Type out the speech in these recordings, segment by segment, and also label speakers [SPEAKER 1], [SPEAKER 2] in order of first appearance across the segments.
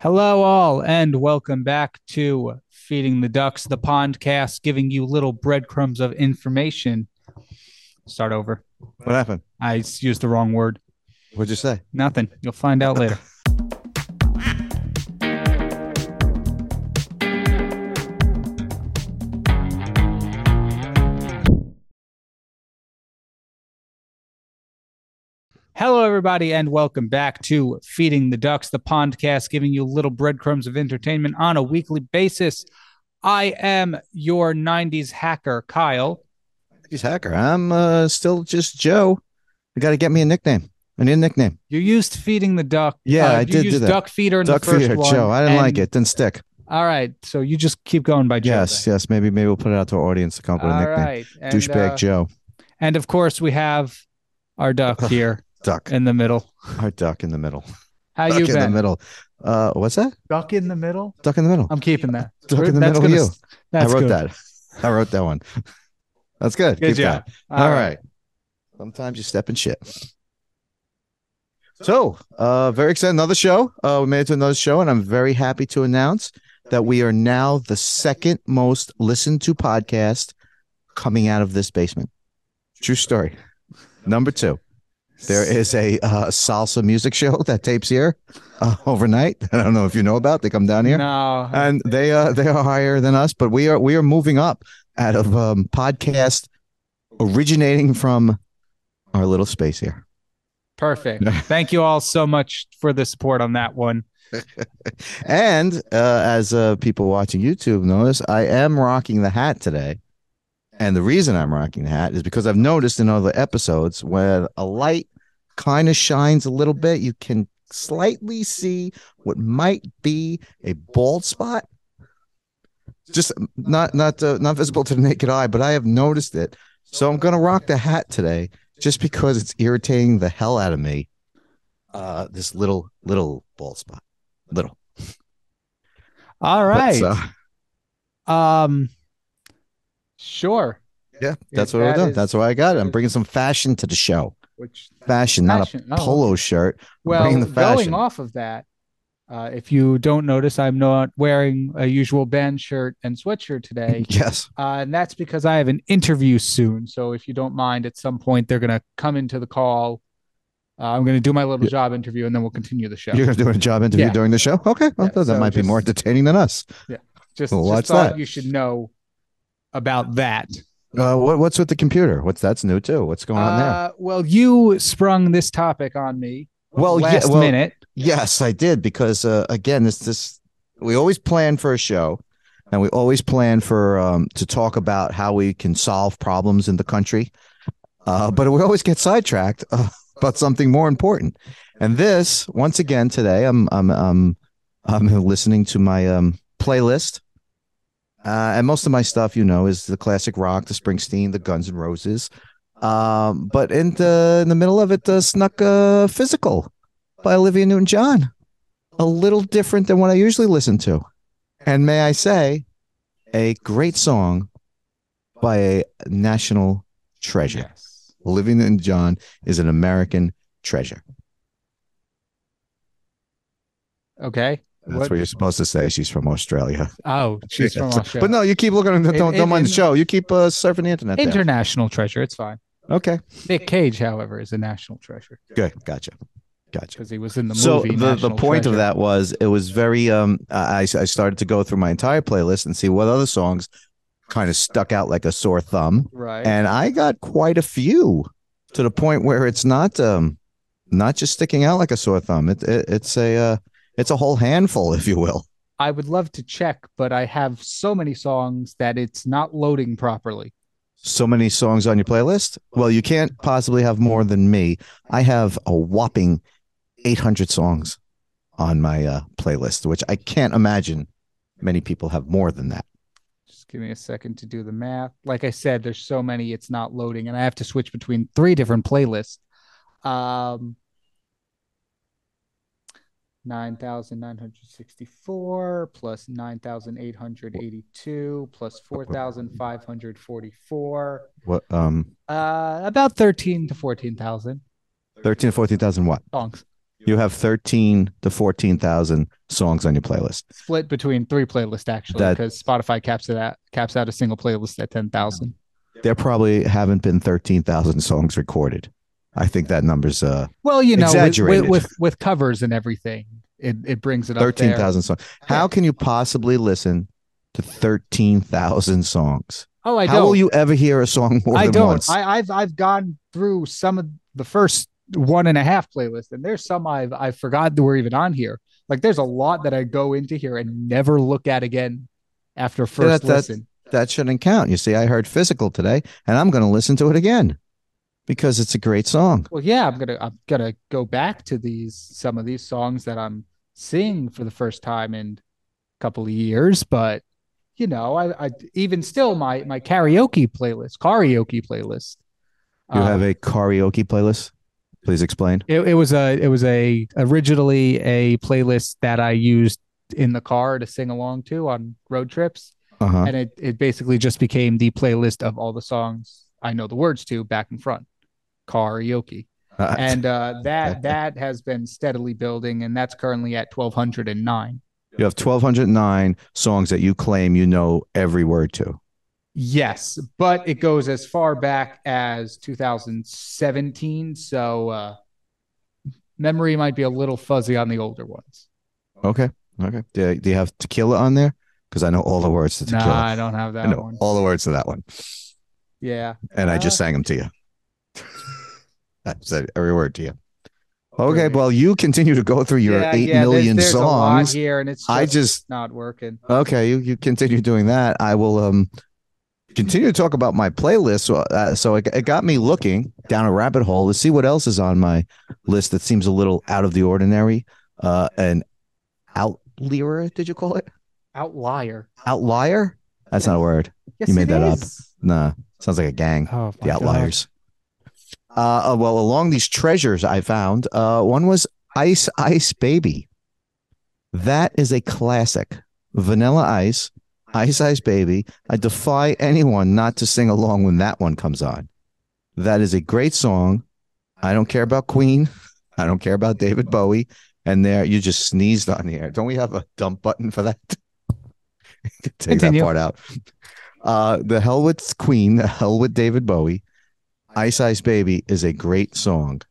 [SPEAKER 1] Hello, all, and welcome back to Feeding the Ducks, the podcast, giving you little breadcrumbs of information. Start over.
[SPEAKER 2] What happened?
[SPEAKER 1] I s- used the wrong word.
[SPEAKER 2] What'd you say?
[SPEAKER 1] Nothing. You'll find out later. Hello, everybody, and welcome back to Feeding the Ducks, the podcast giving you little breadcrumbs of entertainment on a weekly basis. I am your 90s hacker, Kyle.
[SPEAKER 2] He's hacker. I'm uh, still just Joe. You got to get me a nickname. I need a nickname.
[SPEAKER 1] You used Feeding the Duck.
[SPEAKER 2] Yeah, I
[SPEAKER 1] you
[SPEAKER 2] did do
[SPEAKER 1] used
[SPEAKER 2] that.
[SPEAKER 1] Duck Feeder in
[SPEAKER 2] Duck
[SPEAKER 1] the first
[SPEAKER 2] feeder,
[SPEAKER 1] one.
[SPEAKER 2] Joe. I didn't like
[SPEAKER 1] and-
[SPEAKER 2] it. Didn't stick.
[SPEAKER 1] All right. So you just keep going by Joe.
[SPEAKER 2] Yes, yes. Maybe, maybe we'll put it out to our audience to come up
[SPEAKER 1] All
[SPEAKER 2] with a nickname.
[SPEAKER 1] right. And,
[SPEAKER 2] Douchebag
[SPEAKER 1] uh,
[SPEAKER 2] Joe.
[SPEAKER 1] and of course, we have our duck here
[SPEAKER 2] Duck.
[SPEAKER 1] in the middle.
[SPEAKER 2] Our duck in the middle.
[SPEAKER 1] How
[SPEAKER 2] Duck
[SPEAKER 1] you
[SPEAKER 2] in the
[SPEAKER 1] been?
[SPEAKER 2] middle. Uh, what's that?
[SPEAKER 1] Duck in the middle.
[SPEAKER 2] Duck in the middle.
[SPEAKER 1] I'm keeping that.
[SPEAKER 2] Duck in the
[SPEAKER 1] That's
[SPEAKER 2] middle.
[SPEAKER 1] gonna-
[SPEAKER 2] you. I
[SPEAKER 1] Um, That's
[SPEAKER 2] wrote
[SPEAKER 1] good.
[SPEAKER 2] that. I wrote that one. That's good.
[SPEAKER 1] Good
[SPEAKER 2] Keep
[SPEAKER 1] job.
[SPEAKER 2] that. All right. Sometimes you step in shit. So, uh, very excited. Another show. Uh, we made it to another show, and I'm very happy to announce that we are now the second most listened to podcast coming out of this basement. True story. Number two, there is a uh, salsa music show that tapes here uh, overnight. I don't know if you know about. They come down here
[SPEAKER 1] No.
[SPEAKER 2] and they uh they are higher than us but we are we are moving up out of um podcast originating from our little space here
[SPEAKER 1] Perfect. Thank you all so much for the support on that one.
[SPEAKER 2] and uh as uh people watching youtube notice i am rocking the hat today and the reason i'm rocking the hat is because i've noticed in other episodes when a light kind of shines a little bit you can slightly see what might be a bald spot just not not uh, not visible to the naked eye, but I have noticed it. So I'm gonna rock the hat today, just because it's irritating the hell out of me. Uh, this little little bald spot, little.
[SPEAKER 1] All
[SPEAKER 2] But, uh,
[SPEAKER 1] right.
[SPEAKER 2] so,
[SPEAKER 1] Um. Sure.
[SPEAKER 2] yeah, that's what we're
[SPEAKER 1] That
[SPEAKER 2] doing.
[SPEAKER 1] is-
[SPEAKER 2] That's why I got it. I'm
[SPEAKER 1] is-
[SPEAKER 2] bringing some fashion to the show.
[SPEAKER 1] Which
[SPEAKER 2] Fashion, not
[SPEAKER 1] fashion-
[SPEAKER 2] a
[SPEAKER 1] oh,
[SPEAKER 2] polo shirt.
[SPEAKER 1] Well,
[SPEAKER 2] bringing the
[SPEAKER 1] going
[SPEAKER 2] fashion.
[SPEAKER 1] off of that, uh, if you don't notice, I'm not wearing a usual band shirt and sweatshirt today.
[SPEAKER 2] Yes,
[SPEAKER 1] Uh, and that's because I have an interview soon. So if you don't mind, at some point they're going to come into the call. Uh, I'm going to do my little
[SPEAKER 2] Yeah.
[SPEAKER 1] job interview, and then we'll continue the show.
[SPEAKER 2] you're gonna do a job interview
[SPEAKER 1] Yeah.
[SPEAKER 2] during the show. Okay, well,
[SPEAKER 1] Yeah,
[SPEAKER 2] that
[SPEAKER 1] so
[SPEAKER 2] might be
[SPEAKER 1] just-
[SPEAKER 2] more entertaining than us.
[SPEAKER 1] Just,
[SPEAKER 2] Well,
[SPEAKER 1] just
[SPEAKER 2] watch
[SPEAKER 1] thought
[SPEAKER 2] that.
[SPEAKER 1] you should know about that.
[SPEAKER 2] Uh, what, what's with the computer? What's that's new too? What's going on there?
[SPEAKER 1] Uh, well, you sprung this topic on me.
[SPEAKER 2] Well, yeah,
[SPEAKER 1] last
[SPEAKER 2] well,
[SPEAKER 1] minute.
[SPEAKER 2] Yes, I did because uh, again, this this we always plan for a show, and we always plan for um, to talk about how we can solve problems in the country, uh, but we always get sidetracked uh, about something more important. And this, once again, today, I'm I'm I'm I'm listening to my um, playlist, uh, and most of my stuff, you know, is the classic rock, the Springsteen, the Guns and Roses. Um, but in the in the middle of it, uh, snuck a physical by Olivia Newton John. A little different than what I usually listen to. And may I say, a great song by a national treasure.
[SPEAKER 1] Yes.
[SPEAKER 2] Olivia Newton John is an American treasure.
[SPEAKER 1] Okay.
[SPEAKER 2] That's
[SPEAKER 1] What-
[SPEAKER 2] what you're supposed to say. She's from Australia.
[SPEAKER 1] Oh, she's from
[SPEAKER 2] So-
[SPEAKER 1] Australia.
[SPEAKER 2] But no, you keep looking. Don't,
[SPEAKER 1] In-
[SPEAKER 2] don't
[SPEAKER 1] in-
[SPEAKER 2] mind the
[SPEAKER 1] in-
[SPEAKER 2] show. You keep uh, surfing the internet. there.
[SPEAKER 1] International treasure. It's fine.
[SPEAKER 2] Okay.
[SPEAKER 1] Nick Cage, however, is a national treasure
[SPEAKER 2] Good. Gotcha. Gotcha.
[SPEAKER 1] because he was in the
[SPEAKER 2] so
[SPEAKER 1] movie.
[SPEAKER 2] the, the
[SPEAKER 1] National
[SPEAKER 2] point of
[SPEAKER 1] Treasure.
[SPEAKER 2] that was it was very um I, I started to go through my entire playlist and see what other songs kind of stuck out like a sore thumb
[SPEAKER 1] Right.
[SPEAKER 2] and i got quite a few to the point where it's not um not just sticking out like a sore thumb it, it it's a uh, it's a whole handful if you will
[SPEAKER 1] I would love to check, but I have so many songs that it's not loading properly.
[SPEAKER 2] so many songs on your playlist well you can't possibly have more than me i have a whopping 800 songs on my uh, playlist which i can't imagine many people have more than that
[SPEAKER 1] Just give me a second to do the math. Like I said, there's so many, it's not loading, and I have to switch between three different playlists. Um, 9,964 plus 9,882 plus 4,544.
[SPEAKER 2] What um
[SPEAKER 1] Uh, about 13 to 14,000
[SPEAKER 2] thirteen or fourteen thousand what?
[SPEAKER 1] songs.
[SPEAKER 2] you have 13 to 14,000 songs on your playlist.
[SPEAKER 1] Split between three playlists actually,
[SPEAKER 2] That-
[SPEAKER 1] because Spotify caps it out caps out a single playlist at ten thousand.
[SPEAKER 2] There probably haven't been 13,000 songs recorded. I think that number's uh
[SPEAKER 1] Well, you know, with, with
[SPEAKER 2] Exaggerated.
[SPEAKER 1] with with covers and everything, it, it brings it up. there.
[SPEAKER 2] 13,000 songs. How can you possibly listen to 13,000 songs?
[SPEAKER 1] Oh, I
[SPEAKER 2] How
[SPEAKER 1] don't.
[SPEAKER 2] will you ever hear a song more
[SPEAKER 1] I
[SPEAKER 2] than
[SPEAKER 1] don't.
[SPEAKER 2] once?
[SPEAKER 1] I, I've I've gone through some of the first one and a half playlist, and there's some I've I forgot that were even on here. Like there's a lot that I go into here and never look at again after first
[SPEAKER 2] that- that-
[SPEAKER 1] listen.
[SPEAKER 2] that shouldn't count. You see, I heard physical today and I'm going to listen to it again because it's a great song.
[SPEAKER 1] Well, yeah, I'm gonna I'm gonna go back to these some of these songs that I'm seeing for the first time in a couple of years, but you know, I, I even still my my karaoke playlist, karaoke playlist.
[SPEAKER 2] You
[SPEAKER 1] uh,
[SPEAKER 2] have a karaoke playlist? Please explain.
[SPEAKER 1] It, it was a it was a originally a playlist that I used in the car to sing along to on road trips,
[SPEAKER 2] Uh-huh.
[SPEAKER 1] and it it basically just became the playlist of all the songs I know the words to back and front, karaoke,
[SPEAKER 2] Uh,
[SPEAKER 1] and uh, that that has been steadily building, and that's currently at twelve hundred and nine.
[SPEAKER 2] you have 1209 songs that you claim you know every word to.
[SPEAKER 1] Yes, but it goes as far back as 2017, so uh, memory might be a little fuzzy on the older ones.
[SPEAKER 2] Okay. Okay. Do, do you have tequila on there? Because I know all the words to tequila.
[SPEAKER 1] Nah, I don't have that
[SPEAKER 2] I know
[SPEAKER 1] one.
[SPEAKER 2] all the words to that one.
[SPEAKER 1] Yeah.
[SPEAKER 2] And I just
[SPEAKER 1] Uh.
[SPEAKER 2] sang them to you. I said every word to you. Okay.
[SPEAKER 1] Brilliant.
[SPEAKER 2] Well, you continue to go through your
[SPEAKER 1] Yeah,
[SPEAKER 2] eight million
[SPEAKER 1] yeah, there's- there's a lot
[SPEAKER 2] songs.
[SPEAKER 1] here, and it's
[SPEAKER 2] I
[SPEAKER 1] just
[SPEAKER 2] just,
[SPEAKER 1] not working.
[SPEAKER 2] okay. You, you continue doing that. I will um continue to talk about my playlist. So, uh, so it, it got me looking down a rabbit hole to see what else is on my list that seems a little out of the ordinary. Uh, an outlier, did you call it?
[SPEAKER 1] Outlier.
[SPEAKER 2] Outlier? That's not a word.
[SPEAKER 1] Yes,
[SPEAKER 2] made
[SPEAKER 1] it
[SPEAKER 2] that up.
[SPEAKER 1] is.
[SPEAKER 2] Nah, sounds like a gang.
[SPEAKER 1] Oh, my
[SPEAKER 2] the
[SPEAKER 1] God.
[SPEAKER 2] outliers. Uh, uh, well, along these treasures I found, uh, one was Ice Ice Baby. That is a classic. Vanilla Ice, Ice Ice Baby. I defy anyone not to sing along when that one comes on. That is a great song. I don't care about Queen. I don't care about David Bowie. And there, you just sneezed on the air. Don't we have a dump button for that? Take
[SPEAKER 1] Continue.
[SPEAKER 2] that part out. Uh, the Hell with Queen, the Hell with David Bowie. Ice Ice Baby is a great song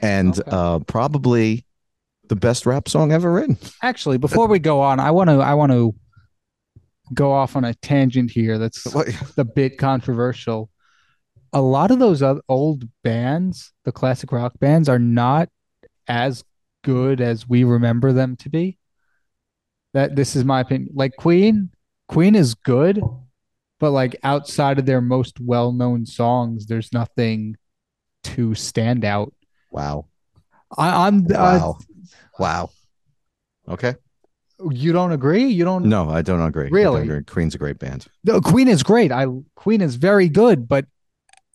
[SPEAKER 2] and
[SPEAKER 1] Okay.
[SPEAKER 2] uh, probably the best rap song ever written.
[SPEAKER 1] Actually, before we go on, I want to I want to go off on a tangent here. That's
[SPEAKER 2] What-
[SPEAKER 1] a bit controversial. A lot of those oth- old bands, the classic rock bands, are not as good as we remember them to be. That this is my opinion. Like Queen, Queen is good, but like outside of their most well-known songs, there's nothing to stand out.
[SPEAKER 2] Wow.
[SPEAKER 1] I, I'm uh,
[SPEAKER 2] Wow. wow. Okay.
[SPEAKER 1] you don't agree? You don't
[SPEAKER 2] No, I don't agree. I don't
[SPEAKER 1] Really?
[SPEAKER 2] agree. Queen's a great band.
[SPEAKER 1] No, Queen is great. I Queen is very good, but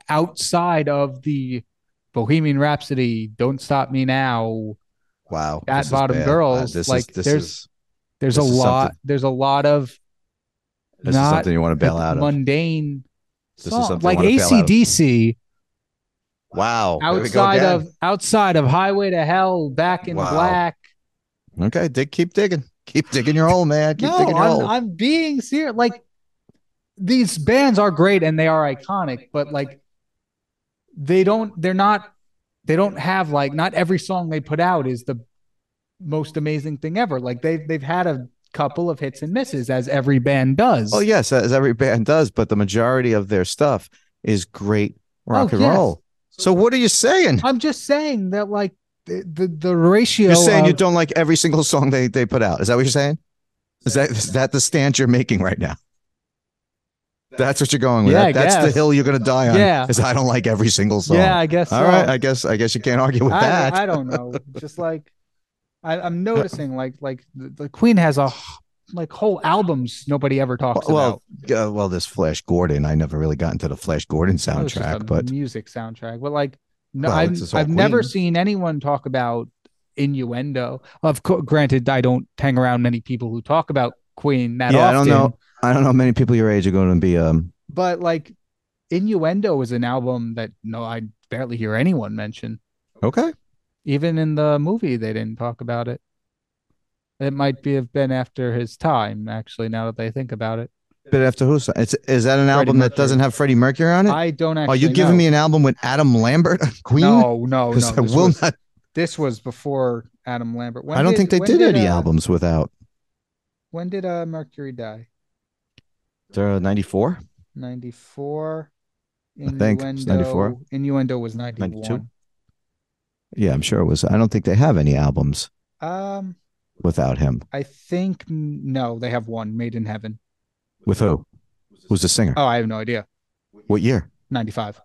[SPEAKER 1] outside of the Bohemian Rhapsody, Don't Stop Me Now,
[SPEAKER 2] Wow.
[SPEAKER 1] Fat
[SPEAKER 2] This is
[SPEAKER 1] Bottom
[SPEAKER 2] bad.
[SPEAKER 1] Girls,
[SPEAKER 2] this
[SPEAKER 1] like,
[SPEAKER 2] is, this
[SPEAKER 1] there's
[SPEAKER 2] is,
[SPEAKER 1] there's
[SPEAKER 2] This
[SPEAKER 1] a
[SPEAKER 2] is
[SPEAKER 1] lot
[SPEAKER 2] something-
[SPEAKER 1] there's a lot of
[SPEAKER 2] this is
[SPEAKER 1] not
[SPEAKER 2] something you want to bail out of.
[SPEAKER 1] mundane
[SPEAKER 2] This is
[SPEAKER 1] songs.
[SPEAKER 2] something I
[SPEAKER 1] like
[SPEAKER 2] wanna bail out of.
[SPEAKER 1] ACDC
[SPEAKER 2] Wow. There we go
[SPEAKER 1] outside
[SPEAKER 2] again.
[SPEAKER 1] of outside of Highway to Hell, Back in
[SPEAKER 2] Wow.
[SPEAKER 1] Black.
[SPEAKER 2] Okay. Dig, keep digging. Keep digging your hole, man. Keep
[SPEAKER 1] No,
[SPEAKER 2] digging your
[SPEAKER 1] I'm,
[SPEAKER 2] hole.
[SPEAKER 1] I'm being serious. Like these bands are great and they are iconic, but like they don't, they're not, they don't have like not every song they put out is the most amazing thing ever. Like they've they've had a couple of hits and misses as every band does.
[SPEAKER 2] Oh, yes, as every band does, but the majority of their stuff is great rock and
[SPEAKER 1] Oh, yes.
[SPEAKER 2] roll. So what are you saying?
[SPEAKER 1] I'm just saying that like the the, the ratio.
[SPEAKER 2] You're saying you
[SPEAKER 1] of-
[SPEAKER 2] don't like every single song they, they put out. Is that what you're saying? Is that is that the stance you're making right now? That's what you're going with.
[SPEAKER 1] Yeah,
[SPEAKER 2] That-
[SPEAKER 1] I
[SPEAKER 2] that's the
[SPEAKER 1] guess.
[SPEAKER 2] hill you're going to die on.
[SPEAKER 1] Yeah.
[SPEAKER 2] because I don't like every single song.
[SPEAKER 1] Yeah, I guess.
[SPEAKER 2] All
[SPEAKER 1] so.
[SPEAKER 2] right. I guess I guess you can't argue with
[SPEAKER 1] I,
[SPEAKER 2] that.
[SPEAKER 1] I don't know. Just like I, I'm noticing, like like the, the Queen has a h- like whole albums nobody ever talks
[SPEAKER 2] well,
[SPEAKER 1] about.
[SPEAKER 2] uh, well, this Flash Gordon. I never really got into the Flash Gordon
[SPEAKER 1] That was just a
[SPEAKER 2] soundtrack, but
[SPEAKER 1] music soundtrack. But like, no,
[SPEAKER 2] Well, it's
[SPEAKER 1] I've
[SPEAKER 2] just all
[SPEAKER 1] I've never
[SPEAKER 2] Queen.
[SPEAKER 1] seen anyone talk about innuendo. Of course, granted, I don't hang around many people who talk about Queen that
[SPEAKER 2] yeah, I
[SPEAKER 1] often.
[SPEAKER 2] don't know. I don't know. how Many people your age are going to be um.
[SPEAKER 1] But like, innuendo is an album that no, I barely hear anyone mention.
[SPEAKER 2] Okay.
[SPEAKER 1] Even in the movie, they didn't talk about it. It might be have been after his time, actually. Now that I think about it,
[SPEAKER 2] Bit after who's it's is that an album that
[SPEAKER 1] Mercury.
[SPEAKER 2] doesn't have Freddie Mercury on it?
[SPEAKER 1] I don't
[SPEAKER 2] Are
[SPEAKER 1] actually.
[SPEAKER 2] you giving
[SPEAKER 1] know.
[SPEAKER 2] me an album with Adam Lambert on Queen?
[SPEAKER 1] No, no, no.
[SPEAKER 2] 'Cause
[SPEAKER 1] This,
[SPEAKER 2] I will
[SPEAKER 1] was,
[SPEAKER 2] not.
[SPEAKER 1] this was before Adam Lambert. When
[SPEAKER 2] I don't think they
[SPEAKER 1] when
[SPEAKER 2] did any
[SPEAKER 1] uh,
[SPEAKER 2] albums without.
[SPEAKER 1] When did uh, Mercury die?
[SPEAKER 2] Ninety four.
[SPEAKER 1] 94.
[SPEAKER 2] I think it's 94.
[SPEAKER 1] Innuendo- Innuendo was 91.
[SPEAKER 2] 92? Yeah, I'm sure it was. I don't think they have any albums
[SPEAKER 1] Um,
[SPEAKER 2] without him.
[SPEAKER 1] I think no, they have one, Made in Heaven.
[SPEAKER 2] With who? Who's the singer?
[SPEAKER 1] Oh, I have no idea.
[SPEAKER 2] What year?
[SPEAKER 1] 95.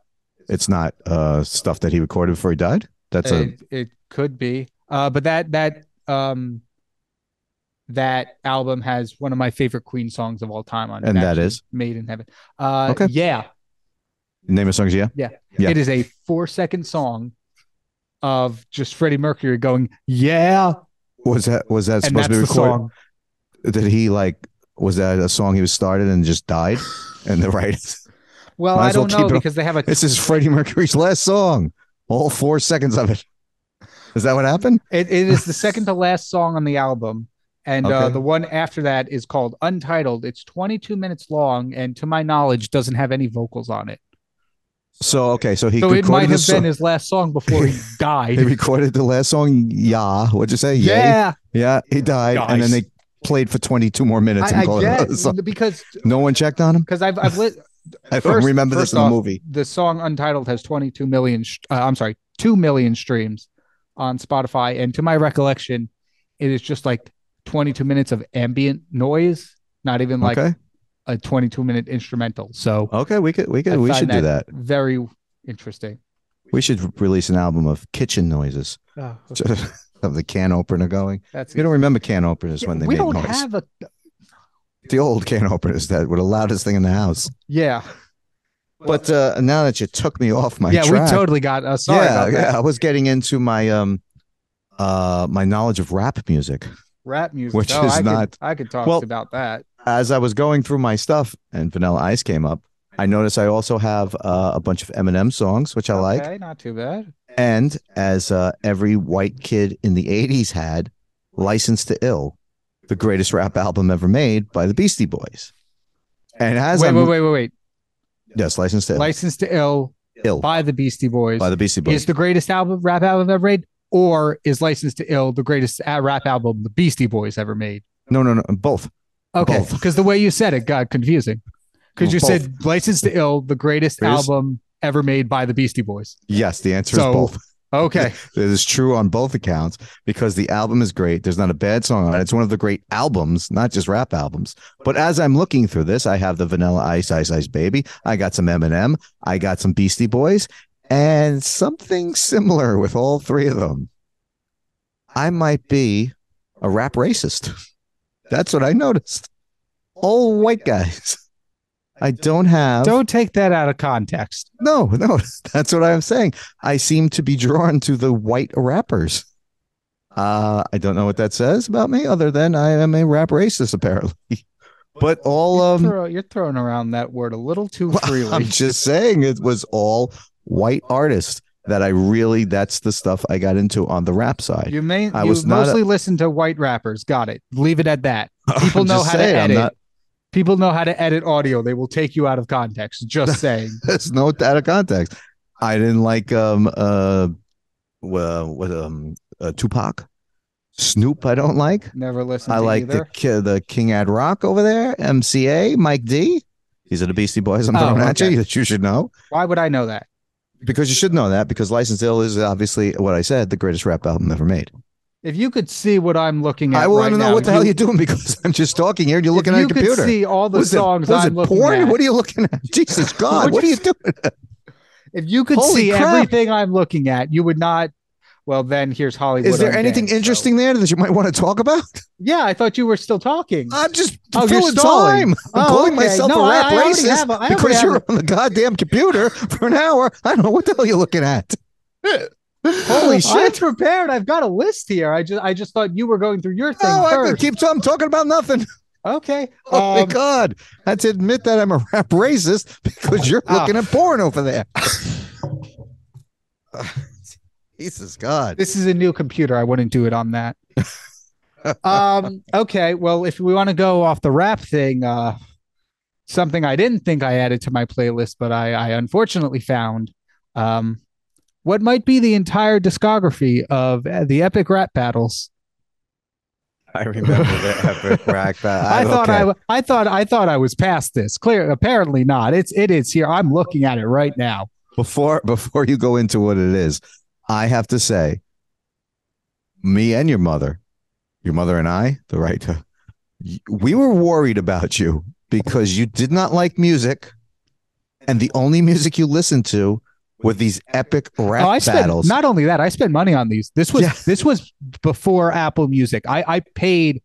[SPEAKER 2] It's not uh, stuff that he recorded before he died. That's a
[SPEAKER 1] it, it could be. Uh, but that that um that album has one of my favorite Queen songs of all time on it.
[SPEAKER 2] and that
[SPEAKER 1] actually,
[SPEAKER 2] is
[SPEAKER 1] Made in Heaven. Uh,
[SPEAKER 2] Okay.
[SPEAKER 1] yeah,
[SPEAKER 2] name of songs. Yeah, Yeah.
[SPEAKER 1] it is a four second song of just Freddie Mercury going yeah,
[SPEAKER 2] was that was
[SPEAKER 1] and
[SPEAKER 2] that supposed
[SPEAKER 1] that's
[SPEAKER 2] to be
[SPEAKER 1] the
[SPEAKER 2] recorded?
[SPEAKER 1] song.
[SPEAKER 2] Did he like? Was that a song he was started and just died? And the right,
[SPEAKER 1] Well,
[SPEAKER 2] Might
[SPEAKER 1] I
[SPEAKER 2] as well
[SPEAKER 1] don't know
[SPEAKER 2] keep it-
[SPEAKER 1] because they have a
[SPEAKER 2] this is Freddie Mercury's last song. All four seconds of it. Is that what happened?
[SPEAKER 1] It, it is the second to last song on the album. And uh,
[SPEAKER 2] Okay.
[SPEAKER 1] the one after that is called Untitled. It's 22 minutes long and, to my knowledge, doesn't have any vocals on it.
[SPEAKER 2] So okay, so he
[SPEAKER 1] so it
[SPEAKER 2] recorded
[SPEAKER 1] might
[SPEAKER 2] the
[SPEAKER 1] have
[SPEAKER 2] song-
[SPEAKER 1] been his last song before he died.
[SPEAKER 2] He recorded the last song, yeah. What'd you say? Yay?
[SPEAKER 1] yeah,
[SPEAKER 2] Yeah, he died. And then
[SPEAKER 1] Nice.
[SPEAKER 2] they played for 22 more minutes
[SPEAKER 1] I,
[SPEAKER 2] and
[SPEAKER 1] I
[SPEAKER 2] called it another
[SPEAKER 1] guess
[SPEAKER 2] song.
[SPEAKER 1] because
[SPEAKER 2] No one checked on him.
[SPEAKER 1] because I've I've lit.
[SPEAKER 2] I don't remember this
[SPEAKER 1] first
[SPEAKER 2] in the
[SPEAKER 1] off,
[SPEAKER 2] movie.
[SPEAKER 1] The song Untitled has 22 million. sh- Uh, I'm sorry, two million streams on Spotify, and to my recollection, it is just like 22 minutes of ambient noise, not even like
[SPEAKER 2] okay.
[SPEAKER 1] a 22 minute instrumental. So
[SPEAKER 2] Okay, we could we
[SPEAKER 1] I
[SPEAKER 2] could we
[SPEAKER 1] find
[SPEAKER 2] should do that.
[SPEAKER 1] Very interesting.
[SPEAKER 2] We should release an album of kitchen noises. of the can opener going.
[SPEAKER 1] Oh, that's
[SPEAKER 2] You don't remember can openers when they
[SPEAKER 1] we
[SPEAKER 2] made
[SPEAKER 1] don't
[SPEAKER 2] noise.
[SPEAKER 1] have a
[SPEAKER 2] The old can openers that were the loudest thing in the house.
[SPEAKER 1] yeah
[SPEAKER 2] But uh, now that you took me off my
[SPEAKER 1] yeah
[SPEAKER 2] track-
[SPEAKER 1] we totally got uh, sorry
[SPEAKER 2] yeah,
[SPEAKER 1] about that
[SPEAKER 2] yeah, I was getting into my um uh my knowledge of rap music.
[SPEAKER 1] rap music
[SPEAKER 2] Which
[SPEAKER 1] oh,
[SPEAKER 2] is
[SPEAKER 1] I
[SPEAKER 2] not-
[SPEAKER 1] could, I could talk
[SPEAKER 2] Well-
[SPEAKER 1] about that
[SPEAKER 2] as I was going through my stuff and Vanilla Ice came up, I noticed I also have uh, a bunch of Eminem songs, which I like.
[SPEAKER 1] okay not too bad
[SPEAKER 2] And as uh, every white kid in the 80s had, License to Ill, the greatest rap album ever made by the Beastie Boys. And as
[SPEAKER 1] wait
[SPEAKER 2] I'm,
[SPEAKER 1] wait wait wait wait
[SPEAKER 2] yes, License to Ill,
[SPEAKER 1] license to ill
[SPEAKER 2] Ill
[SPEAKER 1] by the beastie boys
[SPEAKER 2] by the Beastie Boys.
[SPEAKER 1] is the greatest album rap album ever made or is license to ill the greatest uh, rap album the beastie boys ever made
[SPEAKER 2] no, no, no, both.
[SPEAKER 1] okay
[SPEAKER 2] Both.
[SPEAKER 1] because the way you said it got confusing because you
[SPEAKER 2] Both.
[SPEAKER 1] said license to ill the greatest
[SPEAKER 2] Greatest-
[SPEAKER 1] album ever made by the beastie boys
[SPEAKER 2] Yes, the answer
[SPEAKER 1] So-
[SPEAKER 2] is both.
[SPEAKER 1] okay
[SPEAKER 2] It is true on both accounts because the album is great. There's not a bad song on it. It's one of the great albums, not just rap albums. But as I'm looking through this, I have the Vanilla Ice, Ice Ice Baby. I got some Eminem. I got some Beastie Boys, and something similar with all three of them. I might be a rap racist. That's what I noticed. All white guys. I don't have.
[SPEAKER 1] don't take that out of context
[SPEAKER 2] No, no, that's what I'm saying. I seem to be drawn to the white rappers. Uh, I don't know what that says about me, other than I am a rap racist, apparently. But all
[SPEAKER 1] You're
[SPEAKER 2] um,
[SPEAKER 1] throw- you're throwing around that word a little too
[SPEAKER 2] I'm
[SPEAKER 1] freely.
[SPEAKER 2] just saying it was all white artists that I really that's the stuff I got into on the rap side.
[SPEAKER 1] You may
[SPEAKER 2] I
[SPEAKER 1] you
[SPEAKER 2] was not a-
[SPEAKER 1] mostly listen to white rappers. Got it. Leave it at that. People
[SPEAKER 2] I'm
[SPEAKER 1] know
[SPEAKER 2] just
[SPEAKER 1] how to
[SPEAKER 2] saying, I'm
[SPEAKER 1] edit.
[SPEAKER 2] not-
[SPEAKER 1] People know how to edit audio. They will take you out of context. Just saying.
[SPEAKER 2] There's no out of context. I didn't like um uh well what um uh, Tupac, Snoop. I don't like.
[SPEAKER 1] Never listen.
[SPEAKER 2] I
[SPEAKER 1] to
[SPEAKER 2] like the
[SPEAKER 1] either.
[SPEAKER 2] the the King Ad Rock over there, MCA, Mike D. These are the Beastie Boys I'm
[SPEAKER 1] Oh,
[SPEAKER 2] throwing at
[SPEAKER 1] okay.
[SPEAKER 2] you that you should know
[SPEAKER 1] Why would I know that?
[SPEAKER 2] because you should know that because License Ill is obviously what I said the greatest rap album ever made.
[SPEAKER 1] If you could see what I'm looking at,
[SPEAKER 2] I want
[SPEAKER 1] right
[SPEAKER 2] to know
[SPEAKER 1] now,
[SPEAKER 2] what the hell
[SPEAKER 1] you-
[SPEAKER 2] you're doing because I'm just talking here and you're
[SPEAKER 1] if
[SPEAKER 2] looking at
[SPEAKER 1] you
[SPEAKER 2] a
[SPEAKER 1] could
[SPEAKER 2] computer.
[SPEAKER 1] see all the
[SPEAKER 2] What is it?
[SPEAKER 1] songs
[SPEAKER 2] What is
[SPEAKER 1] I'm
[SPEAKER 2] it?
[SPEAKER 1] looking
[SPEAKER 2] Porn?
[SPEAKER 1] at.
[SPEAKER 2] What are you looking at? Jesus
[SPEAKER 1] What'd
[SPEAKER 2] God! what are
[SPEAKER 1] you
[SPEAKER 2] you doing?
[SPEAKER 1] if you could
[SPEAKER 2] Holy
[SPEAKER 1] see
[SPEAKER 2] crap.
[SPEAKER 1] everything I'm looking at, you would not. Well, then here's Hollywood.
[SPEAKER 2] Is there
[SPEAKER 1] Unbanked,
[SPEAKER 2] anything
[SPEAKER 1] so-
[SPEAKER 2] interesting there that you might want to talk about?
[SPEAKER 1] Yeah, I thought you were still talking.
[SPEAKER 2] I'm just
[SPEAKER 1] Oh, you're
[SPEAKER 2] filling
[SPEAKER 1] stalling.
[SPEAKER 2] time. I'm
[SPEAKER 1] Oh,
[SPEAKER 2] calling
[SPEAKER 1] okay.
[SPEAKER 2] myself
[SPEAKER 1] No,
[SPEAKER 2] a
[SPEAKER 1] I-
[SPEAKER 2] rap
[SPEAKER 1] I already have a- I
[SPEAKER 2] racist
[SPEAKER 1] already
[SPEAKER 2] because
[SPEAKER 1] have
[SPEAKER 2] you're
[SPEAKER 1] a-
[SPEAKER 2] on the goddamn computer for an hour. I don't know what the hell you're looking at. Holy
[SPEAKER 1] I'm
[SPEAKER 2] shit!
[SPEAKER 1] prepared. I've got a list here. I just I just thought you were going through your thing
[SPEAKER 2] No, Oh, I could
[SPEAKER 1] first.
[SPEAKER 2] keep I'm talking about nothing.
[SPEAKER 1] Okay.
[SPEAKER 2] Oh my
[SPEAKER 1] Um,
[SPEAKER 2] god! I had to admit that I'm a rap racist because you're
[SPEAKER 1] Ah.
[SPEAKER 2] looking at porn over there. Jesus God.
[SPEAKER 1] This is a new computer. I wouldn't do it on that. um, okay. Well, if we want to go off the rap thing, uh, something I didn't think I added to my playlist, but I, I unfortunately found um, what might be the entire discography of uh, the epic rap battles.
[SPEAKER 2] I remember the epic rack. That
[SPEAKER 1] I, thought
[SPEAKER 2] Uh, okay.
[SPEAKER 1] I, w- I thought I thought I was past this. Clear, apparently not. It's it is here. I'm looking at it right now.
[SPEAKER 2] before before you go into what it is, I have to say, me and your mother, your mother and I, the right to, we were worried about you because you did not like music, and the only music you listened to were these epic rap
[SPEAKER 1] oh, I spent
[SPEAKER 2] battles.
[SPEAKER 1] not only that. I spent money on these. This was
[SPEAKER 2] Yeah.
[SPEAKER 1] this was before Apple Music. I I paid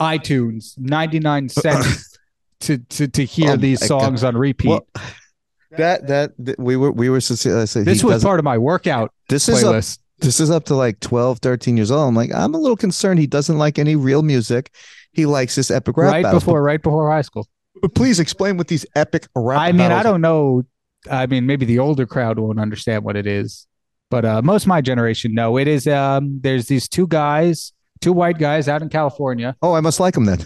[SPEAKER 1] iTunes 99 cents to to to hear
[SPEAKER 2] Oh
[SPEAKER 1] these
[SPEAKER 2] my
[SPEAKER 1] songs on repeat.
[SPEAKER 2] Well, that that that- we were we were sincere. I said,
[SPEAKER 1] this
[SPEAKER 2] he
[SPEAKER 1] was
[SPEAKER 2] doesn't-
[SPEAKER 1] part of my workout
[SPEAKER 2] this is up,
[SPEAKER 1] playlist.
[SPEAKER 2] this is up to like 12, 13 years old. I'm like, I'm a little concerned. He doesn't like any real music. He likes this epic rap
[SPEAKER 1] right
[SPEAKER 2] battles.
[SPEAKER 1] before right before high school.
[SPEAKER 2] But please explain what these epic rap.
[SPEAKER 1] I mean, I
[SPEAKER 2] battles-
[SPEAKER 1] don't know. I mean, maybe the older crowd won't understand what it is, but uh, most of my generation know it is. Um, there's these two guys, two white guys out in California,
[SPEAKER 2] Oh, I must like them then.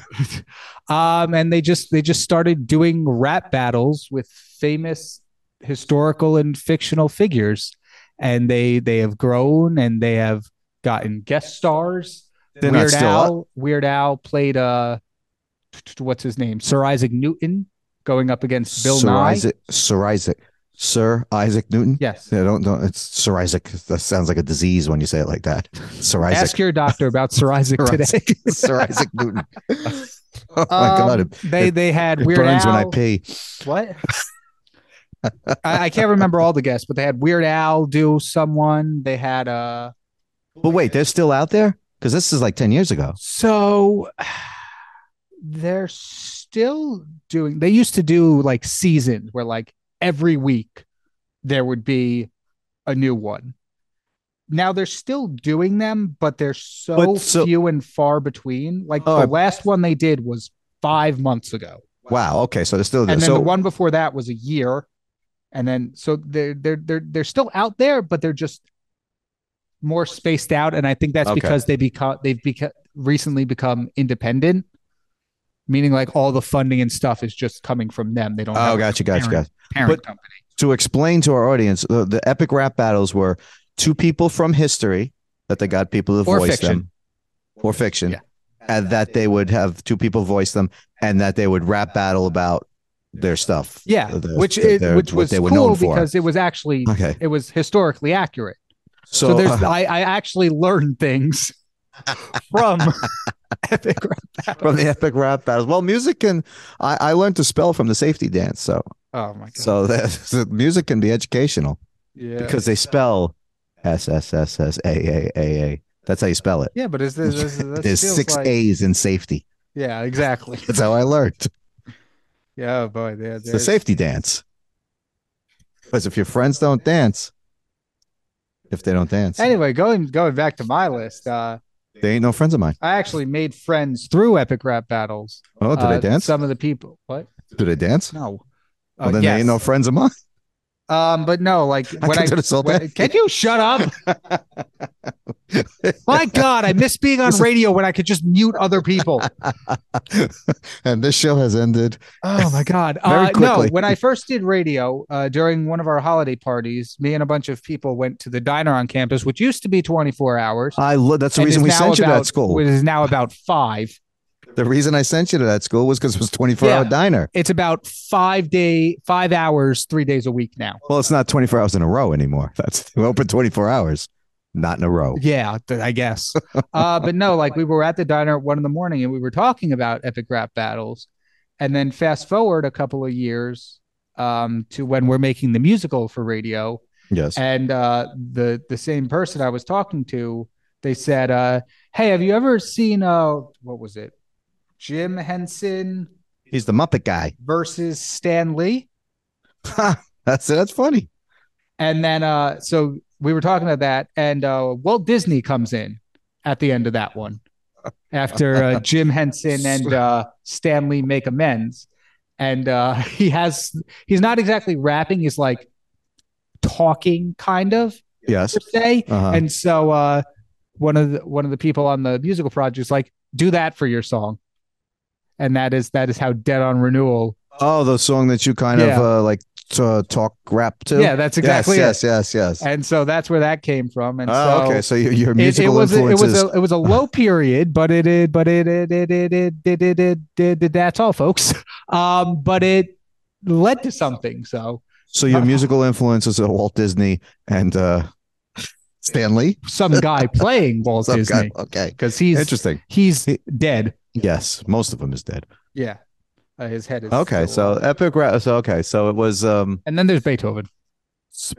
[SPEAKER 1] um, and they just they just started doing rap battles with famous historical and fictional figures, and they they have grown and they have gotten guest stars.
[SPEAKER 2] They're not
[SPEAKER 1] Weird
[SPEAKER 2] still
[SPEAKER 1] Al, Weird Al played uh, what's his name? Sir Isaac Newton going up against Bill
[SPEAKER 2] Sir
[SPEAKER 1] Nye.
[SPEAKER 2] Isaac, Sir Isaac, Sir Isaac Newton.
[SPEAKER 1] Yes.
[SPEAKER 2] Yeah, don't don't. It's Sir Isaac. That sounds like a disease when you say it like that. Sir
[SPEAKER 1] Ask
[SPEAKER 2] Isaac,
[SPEAKER 1] your doctor about Sir Isaac
[SPEAKER 2] Sir
[SPEAKER 1] today.
[SPEAKER 2] Sir Isaac Newton. Oh my
[SPEAKER 1] Um,
[SPEAKER 2] God, it,
[SPEAKER 1] they they had
[SPEAKER 2] it
[SPEAKER 1] Weird
[SPEAKER 2] burns
[SPEAKER 1] Al.
[SPEAKER 2] when I pee.
[SPEAKER 1] What? I, I can't remember all the guests, but they had Weird Al do someone. They had uh
[SPEAKER 2] But wait, they're still out there because this is like ten years ago.
[SPEAKER 1] so they're still doing. They used to do like seasons where like every week there would be a new one. Now they're still doing them, but they're so,
[SPEAKER 2] But so-
[SPEAKER 1] few and far between. Like
[SPEAKER 2] Oh, I-
[SPEAKER 1] the last one they did was five months ago.
[SPEAKER 2] Wow. Okay, so they're still there.
[SPEAKER 1] and then
[SPEAKER 2] so
[SPEAKER 1] the one before that was a year and then so they're they're they're they're still out there but they're just more spaced out and i think that's
[SPEAKER 2] Okay.
[SPEAKER 1] because they become they've become recently become independent meaning like all the funding and stuff is just coming from them they don't
[SPEAKER 2] oh,
[SPEAKER 1] have
[SPEAKER 2] gotcha, gotcha,
[SPEAKER 1] parent-
[SPEAKER 2] gotcha.
[SPEAKER 1] parent
[SPEAKER 2] but-
[SPEAKER 1] company
[SPEAKER 2] to explain to our audience, the, the epic rap battles were two people from history that they got people to
[SPEAKER 1] Or
[SPEAKER 2] voice
[SPEAKER 1] fiction.
[SPEAKER 2] them, or fiction,
[SPEAKER 1] Yeah.
[SPEAKER 2] and that they would have two people voice them, and that they would rap battle about their stuff.
[SPEAKER 1] yeah
[SPEAKER 2] their-
[SPEAKER 1] which
[SPEAKER 2] their-
[SPEAKER 1] it,
[SPEAKER 2] their-
[SPEAKER 1] which
[SPEAKER 2] what
[SPEAKER 1] was
[SPEAKER 2] they were
[SPEAKER 1] cool
[SPEAKER 2] known for.
[SPEAKER 1] because it was actually
[SPEAKER 2] okay,
[SPEAKER 1] it was historically accurate
[SPEAKER 2] so,
[SPEAKER 1] so, there's
[SPEAKER 2] uh,
[SPEAKER 1] I, I actually learned things from epic Rap
[SPEAKER 2] from the epic rap battles. Well, music can. I, I learned to spell from the safety dance, so
[SPEAKER 1] oh my god
[SPEAKER 2] so that so music can be educational
[SPEAKER 1] yeah
[SPEAKER 2] because they spell S S S S A A A A. That's how you spell it.
[SPEAKER 1] yeah but is this, this, this
[SPEAKER 2] There's
[SPEAKER 1] feels
[SPEAKER 2] six
[SPEAKER 1] like-
[SPEAKER 2] A's in safety.
[SPEAKER 1] Yeah, exactly.
[SPEAKER 2] That's how I learned.
[SPEAKER 1] Yeah, oh boy, there,
[SPEAKER 2] It's the safety dance. Because if your friends don't dance, if they don't dance,
[SPEAKER 1] Anyway, going going back to my list, uh,
[SPEAKER 2] they ain't no friends of mine.
[SPEAKER 1] I actually made friends through epic rap battles.
[SPEAKER 2] Oh, do
[SPEAKER 1] Uh,
[SPEAKER 2] they dance?
[SPEAKER 1] Some of the people, what?
[SPEAKER 2] do they dance?
[SPEAKER 1] No. Uh,
[SPEAKER 2] Well, then they
[SPEAKER 1] yes.
[SPEAKER 2] ain't no friends of mine.
[SPEAKER 1] um, but no, like
[SPEAKER 2] I
[SPEAKER 1] when
[SPEAKER 2] could
[SPEAKER 1] I,
[SPEAKER 2] do this all
[SPEAKER 1] when-
[SPEAKER 2] day.
[SPEAKER 1] can you shut up? my God, I miss being on radio when I could just mute other people.
[SPEAKER 2] and this show has ended.
[SPEAKER 1] Oh my God.
[SPEAKER 2] Very
[SPEAKER 1] Uh, no,
[SPEAKER 2] quickly.
[SPEAKER 1] when I first did radio uh, during one of our holiday parties, me and a bunch of people went to the diner on campus, which used to be 24 hours.
[SPEAKER 2] I lo- that's the
[SPEAKER 1] and
[SPEAKER 2] reason
[SPEAKER 1] is
[SPEAKER 2] we
[SPEAKER 1] now
[SPEAKER 2] sent you to
[SPEAKER 1] about-
[SPEAKER 2] that school.
[SPEAKER 1] It is now about five.
[SPEAKER 2] the reason I sent you to that school was because it was 24 hour
[SPEAKER 1] Yeah.
[SPEAKER 2] diner.
[SPEAKER 1] It's about five day, five hours, three days a week now.
[SPEAKER 2] Well, it's not 24 hours in a row anymore. That's we're open 24 hours, not in a row.
[SPEAKER 1] Yeah, th- I guess. uh, but no, like we were at the diner at one in the morning and we were talking about epic rap battles, and then fast forward a couple of years um, to when we're making the musical for radio,
[SPEAKER 2] Yes.
[SPEAKER 1] and uh, the the same person I was talking to, they said, uh, "Hey, have you ever seen uh, what was it, Jim Henson
[SPEAKER 2] He's the Muppet guy.
[SPEAKER 1] versus Stan Lee?"
[SPEAKER 2] that's that's funny.
[SPEAKER 1] And then uh so we were talking about that and uh Walt Disney comes in at the end of that one after uh, Jim Henson and uh Stanley make amends and uh he has he's not exactly rapping he's like talking kind of
[SPEAKER 2] Yes.
[SPEAKER 1] per se.
[SPEAKER 2] Uh-huh.
[SPEAKER 1] And so uh, one of the one of the people on the musical project is like, do that for your song. And that is that is how Dead on Renewal.
[SPEAKER 2] oh, the song that you kind
[SPEAKER 1] Yeah.
[SPEAKER 2] of uh, like to talk rap to.
[SPEAKER 1] Yeah, that's exactly it.
[SPEAKER 2] Yes, yes, yes, yes.
[SPEAKER 1] And so that's where that came from. And
[SPEAKER 2] oh,
[SPEAKER 1] so
[SPEAKER 2] okay. So your, your
[SPEAKER 1] it, it
[SPEAKER 2] musical
[SPEAKER 1] was a, it
[SPEAKER 2] influences.
[SPEAKER 1] was a it was a low period, but it it but it it it it it did it, it, did it that's all folks. Um, but it led to something. So
[SPEAKER 2] so your musical influences are Walt Disney and uh, Stanley.
[SPEAKER 1] some guy playing Walt
[SPEAKER 2] Some guy-
[SPEAKER 1] Disney
[SPEAKER 2] Okay.
[SPEAKER 1] because he's
[SPEAKER 2] Interesting.
[SPEAKER 1] he's dead.
[SPEAKER 2] Yes, most of them is dead.
[SPEAKER 1] Yeah, uh, his head is
[SPEAKER 2] Okay,
[SPEAKER 1] still-
[SPEAKER 2] so epic. Ra- so okay, so it was. um
[SPEAKER 1] and then there's Beethoven.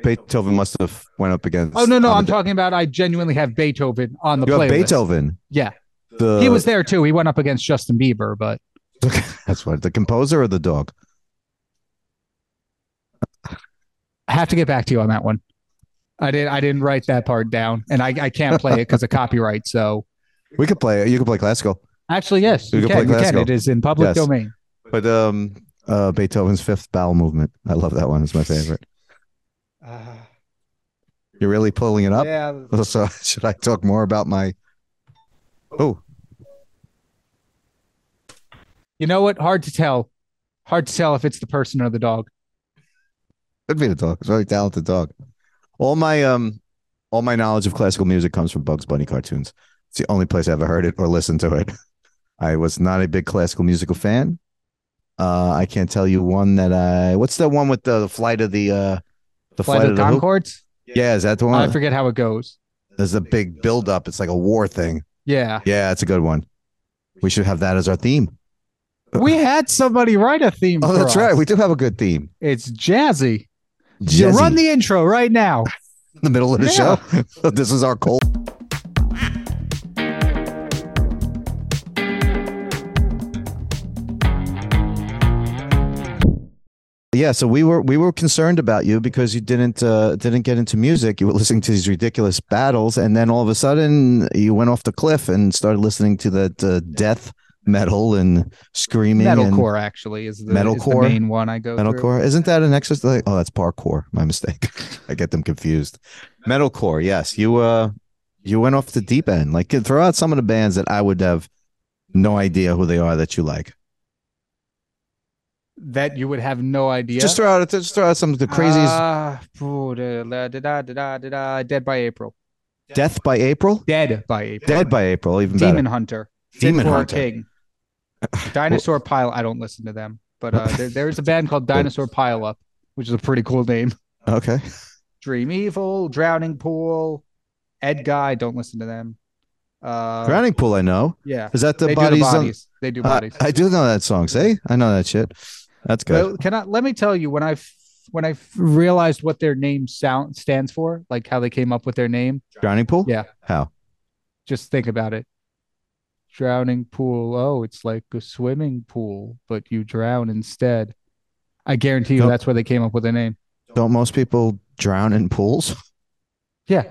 [SPEAKER 2] Beethoven must have went up against.
[SPEAKER 1] Oh no, no,
[SPEAKER 2] on
[SPEAKER 1] I'm
[SPEAKER 2] the-
[SPEAKER 1] talking about I genuinely have Beethoven on the
[SPEAKER 2] You have
[SPEAKER 1] playlist.
[SPEAKER 2] Beethoven.
[SPEAKER 1] Yeah.
[SPEAKER 2] The,
[SPEAKER 1] He was there too. He went up against Justin Bieber, but
[SPEAKER 2] That's what the composer or the dog.
[SPEAKER 1] I have to get back to you on that one. I didn't I didn't write that part down, and I, I can't play it because of copyright. So
[SPEAKER 2] We could play. You could play classical,
[SPEAKER 1] actually, yes,
[SPEAKER 2] We
[SPEAKER 1] you
[SPEAKER 2] could
[SPEAKER 1] can.
[SPEAKER 2] play
[SPEAKER 1] You can.
[SPEAKER 2] classical.
[SPEAKER 1] It is in public
[SPEAKER 2] Yes.
[SPEAKER 1] domain.
[SPEAKER 2] but um, uh, Beethoven's Fifth Bowel Movement. I love that one. It's my favorite.
[SPEAKER 1] Uh,
[SPEAKER 2] You're really pulling it up.
[SPEAKER 1] yeah,
[SPEAKER 2] So should I talk more about my? Oh,
[SPEAKER 1] you know what? Hard to tell. Hard to tell if it's the person or the dog.
[SPEAKER 2] could be the dog. It's a very talented dog. All my um, all my knowledge of classical music comes from Bugs Bunny cartoons. It's the only place I ever heard it or listened to it. I was not a big classical musical fan. Uh, I can't tell you one that I. What's that one with the, the flight of the uh, the
[SPEAKER 1] Flight, of the
[SPEAKER 2] Hoop?
[SPEAKER 1] Concords?
[SPEAKER 2] Yeah, is that the
[SPEAKER 1] I
[SPEAKER 2] one?
[SPEAKER 1] forget how it goes.
[SPEAKER 2] There's a big buildup. It's like a war thing.
[SPEAKER 1] Yeah,
[SPEAKER 2] Yeah, it's a good one. We should have that as our theme.
[SPEAKER 1] we had somebody write a theme.
[SPEAKER 2] Oh,
[SPEAKER 1] for
[SPEAKER 2] that's
[SPEAKER 1] us.
[SPEAKER 2] right. We do have a good theme.
[SPEAKER 1] It's jazzy. You
[SPEAKER 2] Jazzy
[SPEAKER 1] run the intro right now.
[SPEAKER 2] in the middle of the
[SPEAKER 1] Yeah.
[SPEAKER 2] show. this is our cold. Yeah, so we were we were concerned about you because you didn't uh, didn't get into music. You were listening to these ridiculous battles, and then all of a sudden you went off the cliff and started listening to that uh, death metal and screaming and
[SPEAKER 1] Metalcore actually is the, is the
[SPEAKER 2] Metalcore?
[SPEAKER 1] main one I go through.
[SPEAKER 2] Metalcore isn't that an exercise? Oh, that's parkour. My mistake. I get them confused. Metalcore, yes. You uh, you went off the deep end. Like throw out some of the bands that I would have no idea who they are that you like.
[SPEAKER 1] that you would have no idea.
[SPEAKER 2] Just throw out just throw out some of the craziest.
[SPEAKER 1] Ah, phew, da- da- da- da- da- da- da- Dead by April.
[SPEAKER 2] Death by April.
[SPEAKER 1] Dead by April.
[SPEAKER 2] Dead by April. Even
[SPEAKER 1] Demon
[SPEAKER 2] better.
[SPEAKER 1] Hunter.
[SPEAKER 2] Demon
[SPEAKER 1] Sin for a
[SPEAKER 2] Hunter.
[SPEAKER 1] King. Dinosaur Pile. I don't listen to them, but uh, there, there is a band called Dinosaur Pile Up, which is a pretty cool name.
[SPEAKER 2] Okay.
[SPEAKER 1] Dream Evil, Drowning Pool, Ed Guy. Don't listen to them. Uh,
[SPEAKER 2] Drowning Pool. I know.
[SPEAKER 1] Yeah,
[SPEAKER 2] Is that the
[SPEAKER 1] they
[SPEAKER 2] bodies?
[SPEAKER 1] do the
[SPEAKER 2] on-
[SPEAKER 1] bodies. They do
[SPEAKER 2] Uh,
[SPEAKER 1] bodies.
[SPEAKER 2] I do know that song. See, I know that shit. That's good.
[SPEAKER 1] Well, can I let me tell you when I f- when I f- realized what their name sound stands for, like how they came up with their name.
[SPEAKER 2] Drowning Pool.
[SPEAKER 1] Yeah.
[SPEAKER 2] How?
[SPEAKER 1] Just think about it. Drowning pool. Oh, it's like a swimming pool, but you drown instead. I guarantee you,
[SPEAKER 2] Nope.
[SPEAKER 1] that's where they came up with the name.
[SPEAKER 2] Don't most people drown in pools?
[SPEAKER 1] Yeah.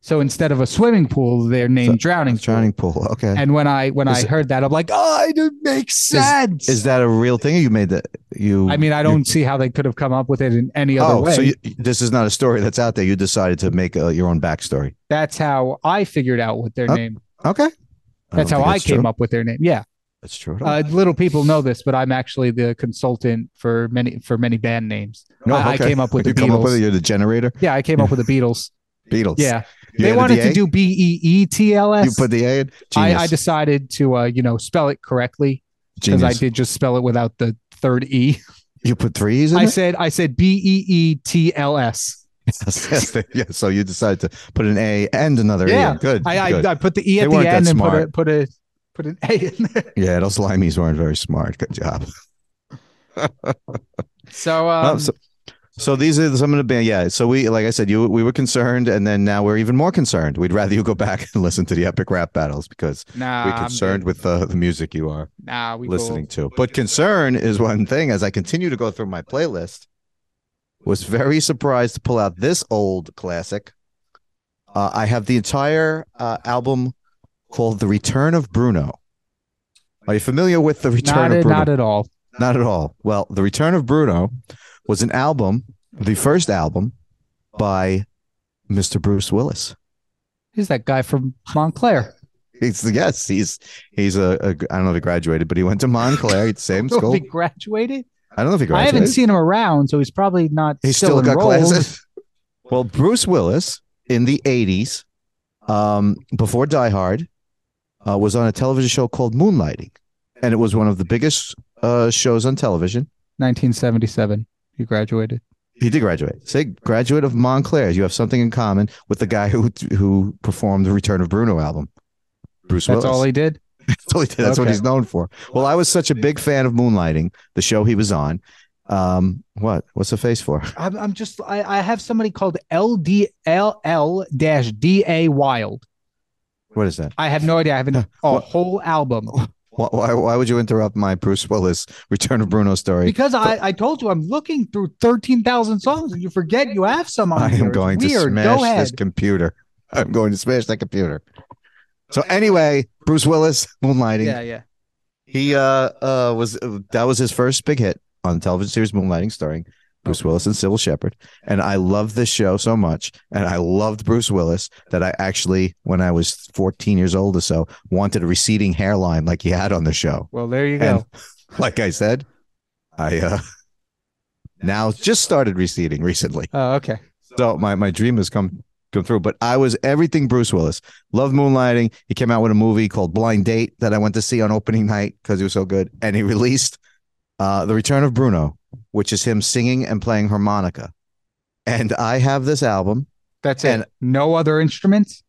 [SPEAKER 1] So instead of a swimming pool, they're named drowning.
[SPEAKER 2] Drowning Pool. Okay.
[SPEAKER 1] Pool. And when I when
[SPEAKER 2] Is
[SPEAKER 1] I
[SPEAKER 2] it-
[SPEAKER 1] heard that, I'm like, oh, it makes sense.
[SPEAKER 2] Is that a real thing? Or you made that you.
[SPEAKER 1] I mean, I don't see how they could have come up with it in any other
[SPEAKER 2] oh,
[SPEAKER 1] way.
[SPEAKER 2] so you, this is not a story that's out there. You decided to make uh your own backstory.
[SPEAKER 1] that's how I figured out what their
[SPEAKER 2] Oh,
[SPEAKER 1] name.
[SPEAKER 2] Okay.
[SPEAKER 1] That's how I came up with their name. Yeah.
[SPEAKER 2] That's true.
[SPEAKER 1] Uh, little people know this, but I'm actually the consultant for many for many band names. I, I came up with
[SPEAKER 2] you
[SPEAKER 1] the
[SPEAKER 2] come up
[SPEAKER 1] Beatles.
[SPEAKER 2] with it. You're the generator.
[SPEAKER 1] Yeah, I came up with the Beatles.
[SPEAKER 2] Beatles.
[SPEAKER 1] Yeah,
[SPEAKER 2] You
[SPEAKER 1] they
[SPEAKER 2] added
[SPEAKER 1] wanted
[SPEAKER 2] the
[SPEAKER 1] to
[SPEAKER 2] A?
[SPEAKER 1] do B E E T L
[SPEAKER 2] You
[SPEAKER 1] S.
[SPEAKER 2] put the A in.
[SPEAKER 1] I,
[SPEAKER 2] Genius.
[SPEAKER 1] I decided to uh, you know spell it correctly because I
[SPEAKER 2] Genius.
[SPEAKER 1] did just spell it without the third E.
[SPEAKER 2] You put three E's in
[SPEAKER 1] I
[SPEAKER 2] it?
[SPEAKER 1] said I said B E E T L S.
[SPEAKER 2] Yes, yes, they- yeah. So you decided to put an A and another
[SPEAKER 1] Yeah.
[SPEAKER 2] E. In. Good.
[SPEAKER 1] I,
[SPEAKER 2] good.
[SPEAKER 1] I I put the E
[SPEAKER 2] They
[SPEAKER 1] at
[SPEAKER 2] weren't
[SPEAKER 1] the
[SPEAKER 2] that
[SPEAKER 1] end and
[SPEAKER 2] smart.
[SPEAKER 1] put a put a put an A in there.
[SPEAKER 2] yeah, those limeys weren't very smart. Good job.
[SPEAKER 1] So,
[SPEAKER 2] Oh,
[SPEAKER 1] um,
[SPEAKER 2] so, so these are some of the band. Yeah. So we, like I said, you we were concerned, and then now we're even more concerned. We'd rather you go back and listen to the epic rap battles because
[SPEAKER 1] nah,
[SPEAKER 2] we're
[SPEAKER 1] I'm
[SPEAKER 2] concerned with the, the music you are
[SPEAKER 1] good. Nah, Um, we
[SPEAKER 2] listening to. But concern is one thing. As I continue to go through my playlist, was very surprised to pull out this old classic. Uh, I have the entire uh, album called "The Return of Bruno." Are you familiar with the
[SPEAKER 1] Cool.
[SPEAKER 2] Return
[SPEAKER 1] Not,
[SPEAKER 2] of
[SPEAKER 1] a-
[SPEAKER 2] Bruno?
[SPEAKER 1] not at all.
[SPEAKER 2] Not at all. Well, The Return of Bruno was an album, the first album by Mr. Bruce Willis.
[SPEAKER 1] He's that guy from Montclair.
[SPEAKER 2] He's yes, he's he's a, a I don't know if he graduated, but he went to Montclair, it's the same
[SPEAKER 1] Will
[SPEAKER 2] school.
[SPEAKER 1] he graduated?
[SPEAKER 2] I don't know if he
[SPEAKER 1] I
[SPEAKER 2] graduated.
[SPEAKER 1] haven't seen him around, so he's probably not.
[SPEAKER 2] He's still, got
[SPEAKER 1] enrolled.
[SPEAKER 2] classes. Well, Bruce Willis in the '80s, um, before Die Hard, uh, was on a television show called Moonlighting, and it was one of the biggest uh, shows on television.
[SPEAKER 1] 1977. He graduated.
[SPEAKER 2] He did graduate. Say, graduate of Montclair. You have something in common with the guy who who performed the Return of Bruno album. Bruce
[SPEAKER 1] That's
[SPEAKER 2] Willis.
[SPEAKER 1] all he did.
[SPEAKER 2] That's all he did. That's what
[SPEAKER 1] Okay.
[SPEAKER 2] he's known for. Well, I was such a big fan of Moonlighting, the show he was on. Um, what? What's the face for?
[SPEAKER 1] I'm, I'm just. I, I have somebody called LDLL dash DA Wild.
[SPEAKER 2] What is that?
[SPEAKER 1] I have no idea. I have an, a
[SPEAKER 2] What?
[SPEAKER 1] whole album
[SPEAKER 2] Why, why, why would you interrupt my Bruce Willis Return of Bruno story?
[SPEAKER 1] because I, I told you I'm looking through 13,000 songs and you forget you have some on
[SPEAKER 2] I
[SPEAKER 1] here.
[SPEAKER 2] am
[SPEAKER 1] It's
[SPEAKER 2] going to
[SPEAKER 1] weird. Go
[SPEAKER 2] smash
[SPEAKER 1] ahead.
[SPEAKER 2] this computer. I'm going to smash that computer. So anyway, Bruce Willis, Moonlighting.
[SPEAKER 1] Yeah, yeah.
[SPEAKER 2] He uh uh was that was his first big hit on the television series Moonlighting, starring
[SPEAKER 1] Oh.
[SPEAKER 2] Bruce Willis and Sybil Shepherd. And I loved this show so much, and I loved Bruce Willis that I actually, when I was 14 years old or so, wanted a receding hairline like he had on the show.
[SPEAKER 1] Well, there you
[SPEAKER 2] And
[SPEAKER 1] go.
[SPEAKER 2] like I said, I uh now just started receding recently.
[SPEAKER 1] Oh, okay.
[SPEAKER 2] So my, my dream has come come through. But I was everything Bruce Willis. Love Moonlighting. He came out with a movie called Blind Date that I went to see on opening night because he was so good. And he released uh, The Return of Bruno, which is him singing and playing harmonica. And I have this album.
[SPEAKER 1] That's it.
[SPEAKER 2] And-
[SPEAKER 1] no other instruments.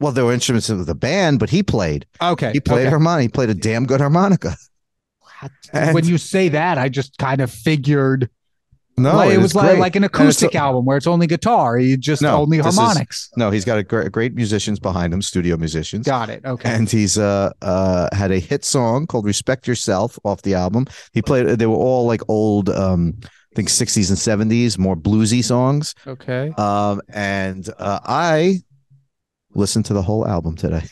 [SPEAKER 2] Well, there were instruments in the band, but he played.
[SPEAKER 1] Okay.
[SPEAKER 2] He played
[SPEAKER 1] okay.
[SPEAKER 2] harmonica. He played a damn good harmonica. And-
[SPEAKER 1] when you say that, I just kind of figured
[SPEAKER 2] No,
[SPEAKER 1] like, it was like,
[SPEAKER 2] great.
[SPEAKER 1] like an
[SPEAKER 2] And it's-
[SPEAKER 1] acoustic album where it's only guitar, you just
[SPEAKER 2] No,
[SPEAKER 1] only
[SPEAKER 2] this is-
[SPEAKER 1] harmonics.
[SPEAKER 2] No, he's got a great, great musicians behind him, studio musicians.
[SPEAKER 1] Got it. Okay.
[SPEAKER 2] and he's uh, uh had a hit song called "Respect Yourself" off the album. He played; they were all like old, um, I think '60s and '70s, more bluesy songs.
[SPEAKER 1] okay.
[SPEAKER 2] Um, and uh, I listened to the whole album today,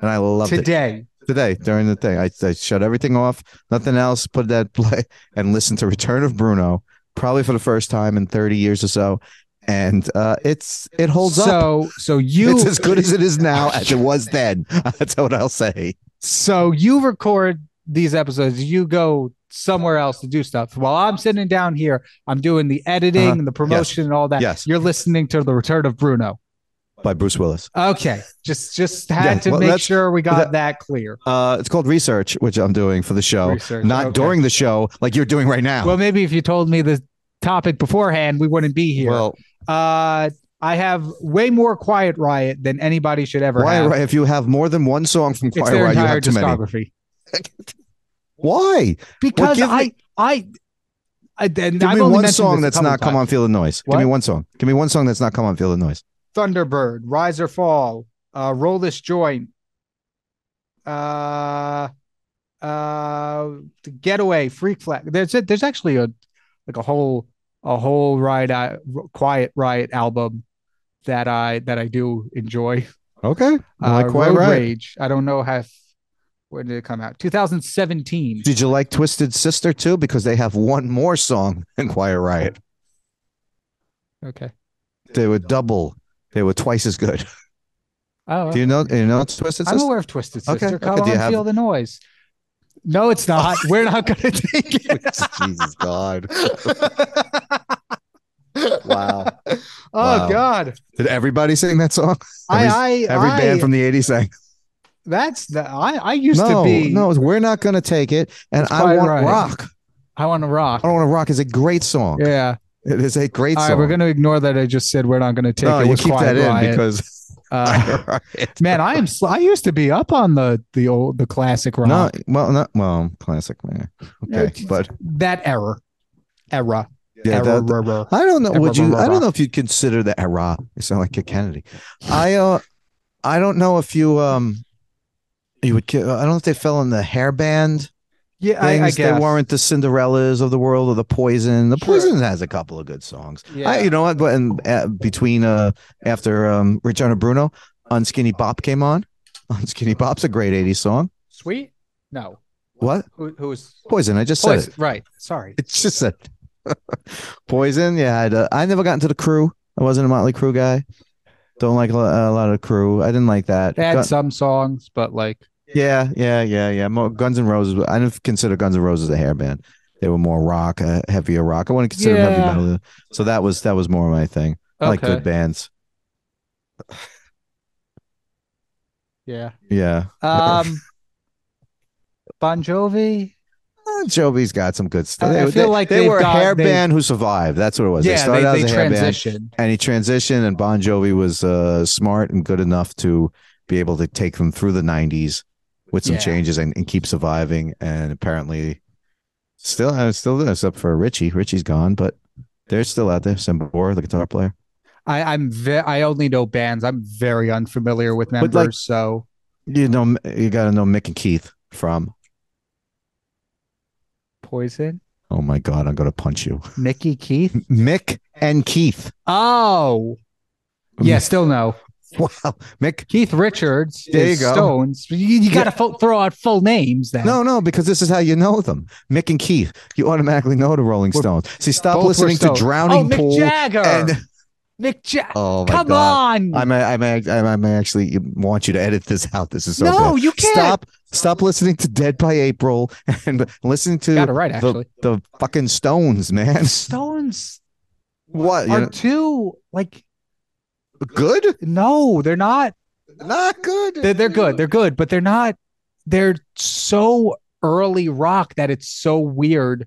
[SPEAKER 2] and I loved it
[SPEAKER 1] Today.
[SPEAKER 2] today during the thing. I, I shut everything off, nothing else, put that play, and listened to "Return of Bruno" probably for the first time in 30 years or so. And uh, it's it holds up.
[SPEAKER 1] so so you
[SPEAKER 2] It's as good as it is now as it was then. That's what I'll say.
[SPEAKER 1] So you record these episodes, you go somewhere else to do stuff. While I'm sitting down here, I'm doing the editing
[SPEAKER 2] Uh-huh.
[SPEAKER 1] and the promotion and all that.
[SPEAKER 2] Yes.
[SPEAKER 1] You're listening to the return of Bruno.
[SPEAKER 2] By Bruce Willis.
[SPEAKER 1] Okay. Just just had
[SPEAKER 2] Yeah,
[SPEAKER 1] to
[SPEAKER 2] well,
[SPEAKER 1] make
[SPEAKER 2] that's-
[SPEAKER 1] sure we got that,
[SPEAKER 2] that-
[SPEAKER 1] clear.
[SPEAKER 2] Uh, it's called research, which I'm doing for the show,
[SPEAKER 1] Research,
[SPEAKER 2] not
[SPEAKER 1] okay.
[SPEAKER 2] during the show, like you're doing right now.
[SPEAKER 1] Well, maybe if you told me the topic beforehand, we wouldn't be here.
[SPEAKER 2] Well,
[SPEAKER 1] uh I have way more Quiet Riot than anybody should ever
[SPEAKER 2] why?
[SPEAKER 1] have.
[SPEAKER 2] If you have more than one song from
[SPEAKER 1] It's
[SPEAKER 2] Choir
[SPEAKER 1] their
[SPEAKER 2] Riot, you
[SPEAKER 1] entire
[SPEAKER 2] have too many.
[SPEAKER 1] discography.
[SPEAKER 2] Why?
[SPEAKER 1] Because
[SPEAKER 2] give me-
[SPEAKER 1] I, I, I, and
[SPEAKER 2] Give
[SPEAKER 1] I've only
[SPEAKER 2] me one
[SPEAKER 1] mentioned
[SPEAKER 2] song
[SPEAKER 1] this a
[SPEAKER 2] that's
[SPEAKER 1] couple
[SPEAKER 2] not
[SPEAKER 1] times.
[SPEAKER 2] "Come on, Feel the Noise."
[SPEAKER 1] What?
[SPEAKER 2] Give me one song. Give me one song that's not "Come on, Feel the Noise."
[SPEAKER 1] Thunderbird, Rise or Fall, uh, Roll This Joint, uh, uh, The Getaway, Freak Flag. There's it. There's actually a like a whole a whole riot uh, Quiet Riot album that I that I do enjoy.
[SPEAKER 2] Okay, I
[SPEAKER 1] uh,
[SPEAKER 2] like Quiet
[SPEAKER 1] Road
[SPEAKER 2] Riot.
[SPEAKER 1] Rage. I don't know how. if- When did it come out? 2017.
[SPEAKER 2] Did you like Twisted Sister too? Because they have one more song than Choir Riot.
[SPEAKER 1] Okay.
[SPEAKER 2] They were double. They were twice as good.
[SPEAKER 1] Oh,
[SPEAKER 2] Do you know? You know Twisted
[SPEAKER 1] I'm
[SPEAKER 2] Sister?
[SPEAKER 1] aware of Twisted
[SPEAKER 2] Okay,
[SPEAKER 1] Sister.
[SPEAKER 2] okay.
[SPEAKER 1] Come
[SPEAKER 2] Do you
[SPEAKER 1] on,
[SPEAKER 2] have-
[SPEAKER 1] feel the noise. No, it's not. We're not going to take it.
[SPEAKER 2] Jesus God! Wow.
[SPEAKER 1] Oh
[SPEAKER 2] Wow.
[SPEAKER 1] God!
[SPEAKER 2] Did everybody sing that song? Every-
[SPEAKER 1] I, I,
[SPEAKER 2] Every
[SPEAKER 1] I,
[SPEAKER 2] band from the 80s sang.
[SPEAKER 1] that's the I, I used
[SPEAKER 2] no,
[SPEAKER 1] to be.
[SPEAKER 2] no, we're not going to take it. And
[SPEAKER 1] It's
[SPEAKER 2] I
[SPEAKER 1] quite
[SPEAKER 2] want
[SPEAKER 1] right.
[SPEAKER 2] rock.
[SPEAKER 1] I want to rock.
[SPEAKER 2] I don't want to rock is a great song.
[SPEAKER 1] Yeah.
[SPEAKER 2] It is a great
[SPEAKER 1] All right,
[SPEAKER 2] song.
[SPEAKER 1] we're going to ignore that. I just said we're not going to take
[SPEAKER 2] no,
[SPEAKER 1] it.
[SPEAKER 2] you
[SPEAKER 1] with
[SPEAKER 2] keep
[SPEAKER 1] Quiet
[SPEAKER 2] that in
[SPEAKER 1] Riot.
[SPEAKER 2] because
[SPEAKER 1] Uh, man, I am. Sl- I used to be up on the the old the classic rock.
[SPEAKER 2] no, well, not well, classic man.
[SPEAKER 1] No,
[SPEAKER 2] Okay,
[SPEAKER 1] it's-
[SPEAKER 2] but
[SPEAKER 1] that error, era,
[SPEAKER 2] yeah,
[SPEAKER 1] era,
[SPEAKER 2] that-
[SPEAKER 1] era.
[SPEAKER 2] I don't know. Would you? I
[SPEAKER 1] Rock.
[SPEAKER 2] don't know if you'd consider that era. You sound like a Kennedy. I uh, I don't know if you um, you would. ki- I don't know if they fell in the hair band.
[SPEAKER 1] Yeah, I, I
[SPEAKER 2] things.
[SPEAKER 1] guess
[SPEAKER 2] They weren't the Cinderellas of the world or the Poison. The
[SPEAKER 1] Sure.
[SPEAKER 2] Poison has a couple of good songs.
[SPEAKER 1] Yeah.
[SPEAKER 2] I, you know what? But in, uh, between uh, after um, Return of Bruno, Unskinny Bop came on. Unskinny Bop's a great '80s song.
[SPEAKER 1] sweet. No,
[SPEAKER 2] What
[SPEAKER 1] who who is
[SPEAKER 2] Poison? I just said
[SPEAKER 1] poison? Right. Sorry.
[SPEAKER 2] it. It's just that Poison. Yeah, I'd, uh, I never got into the crew. I wasn't a Motley Crue guy. Don't like a lo- a lot of crew. I didn't like that.
[SPEAKER 1] They had
[SPEAKER 2] Gun-
[SPEAKER 1] some songs, but like
[SPEAKER 2] yeah, yeah, yeah, yeah. Mo-
[SPEAKER 1] Mm-hmm.
[SPEAKER 2] Guns N' Roses. I didn't consider Guns N' Roses a hair band. They were more rock, uh, heavier rock. I wouldn't consider them
[SPEAKER 1] Yeah.
[SPEAKER 2] heavy metal. So that was that was more my thing. I like
[SPEAKER 1] okay.
[SPEAKER 2] good bands.
[SPEAKER 1] yeah.
[SPEAKER 2] Yeah,
[SPEAKER 1] Um, Bon Jovi.
[SPEAKER 2] Uh, Joby's got some good stuff.
[SPEAKER 1] I- I
[SPEAKER 2] They,
[SPEAKER 1] feel
[SPEAKER 2] they-
[SPEAKER 1] like
[SPEAKER 2] they
[SPEAKER 1] they've
[SPEAKER 2] were a
[SPEAKER 1] got-
[SPEAKER 2] hair
[SPEAKER 1] they-
[SPEAKER 2] band who survived. That's what it was. they
[SPEAKER 1] yeah, they,
[SPEAKER 2] started out
[SPEAKER 1] they
[SPEAKER 2] as a hair band.
[SPEAKER 1] transitioned.
[SPEAKER 2] and he transitioned and bon jovi was uh, smart and good enough to be able to take them through the 90s with some
[SPEAKER 1] Yeah.
[SPEAKER 2] changes and, and keep surviving and apparently still uh, still doing it, except for richie richie's gone but they're still out there Sambor, the guitar player
[SPEAKER 1] I, I'm ve- I only know bands. I'm very unfamiliar with
[SPEAKER 2] But, like-
[SPEAKER 1] members. so
[SPEAKER 2] you know you gotta know mick and keith from
[SPEAKER 1] Poison,
[SPEAKER 2] oh my god i'm gonna punch you
[SPEAKER 1] Mickey Keith.
[SPEAKER 2] mick and keith
[SPEAKER 1] Oh,
[SPEAKER 2] Mm.
[SPEAKER 1] yeah, still no.
[SPEAKER 2] wow mick
[SPEAKER 1] Keith Richards.
[SPEAKER 2] There
[SPEAKER 1] is
[SPEAKER 2] you go.
[SPEAKER 1] Stones. You, you got to throw out full names then.
[SPEAKER 2] no, no, because this is how you know them. Mick and Keith. You automatically know the Rolling
[SPEAKER 1] We're-
[SPEAKER 2] Stones. See, stop
[SPEAKER 1] Both were
[SPEAKER 2] listening to
[SPEAKER 1] Stones.
[SPEAKER 2] Drowning
[SPEAKER 1] oh, Mick
[SPEAKER 2] Pool
[SPEAKER 1] Jagger.
[SPEAKER 2] and
[SPEAKER 1] Mick Jagger.
[SPEAKER 2] Oh my
[SPEAKER 1] Come
[SPEAKER 2] god.
[SPEAKER 1] on.
[SPEAKER 2] I may, I may, I may actually want you to edit this out. This is so
[SPEAKER 1] no,
[SPEAKER 2] bad.
[SPEAKER 1] you can't.
[SPEAKER 2] Stop, stop listening to Dead by April and listen to
[SPEAKER 1] Got it right actually.
[SPEAKER 2] the fucking Stones, man.
[SPEAKER 1] Stones
[SPEAKER 2] What?
[SPEAKER 1] are
[SPEAKER 2] You're
[SPEAKER 1] too like
[SPEAKER 2] good?
[SPEAKER 1] no, they're not.
[SPEAKER 2] Not good.
[SPEAKER 1] They're, they're good. They're good, but they're not. They're so early rock that it's so weird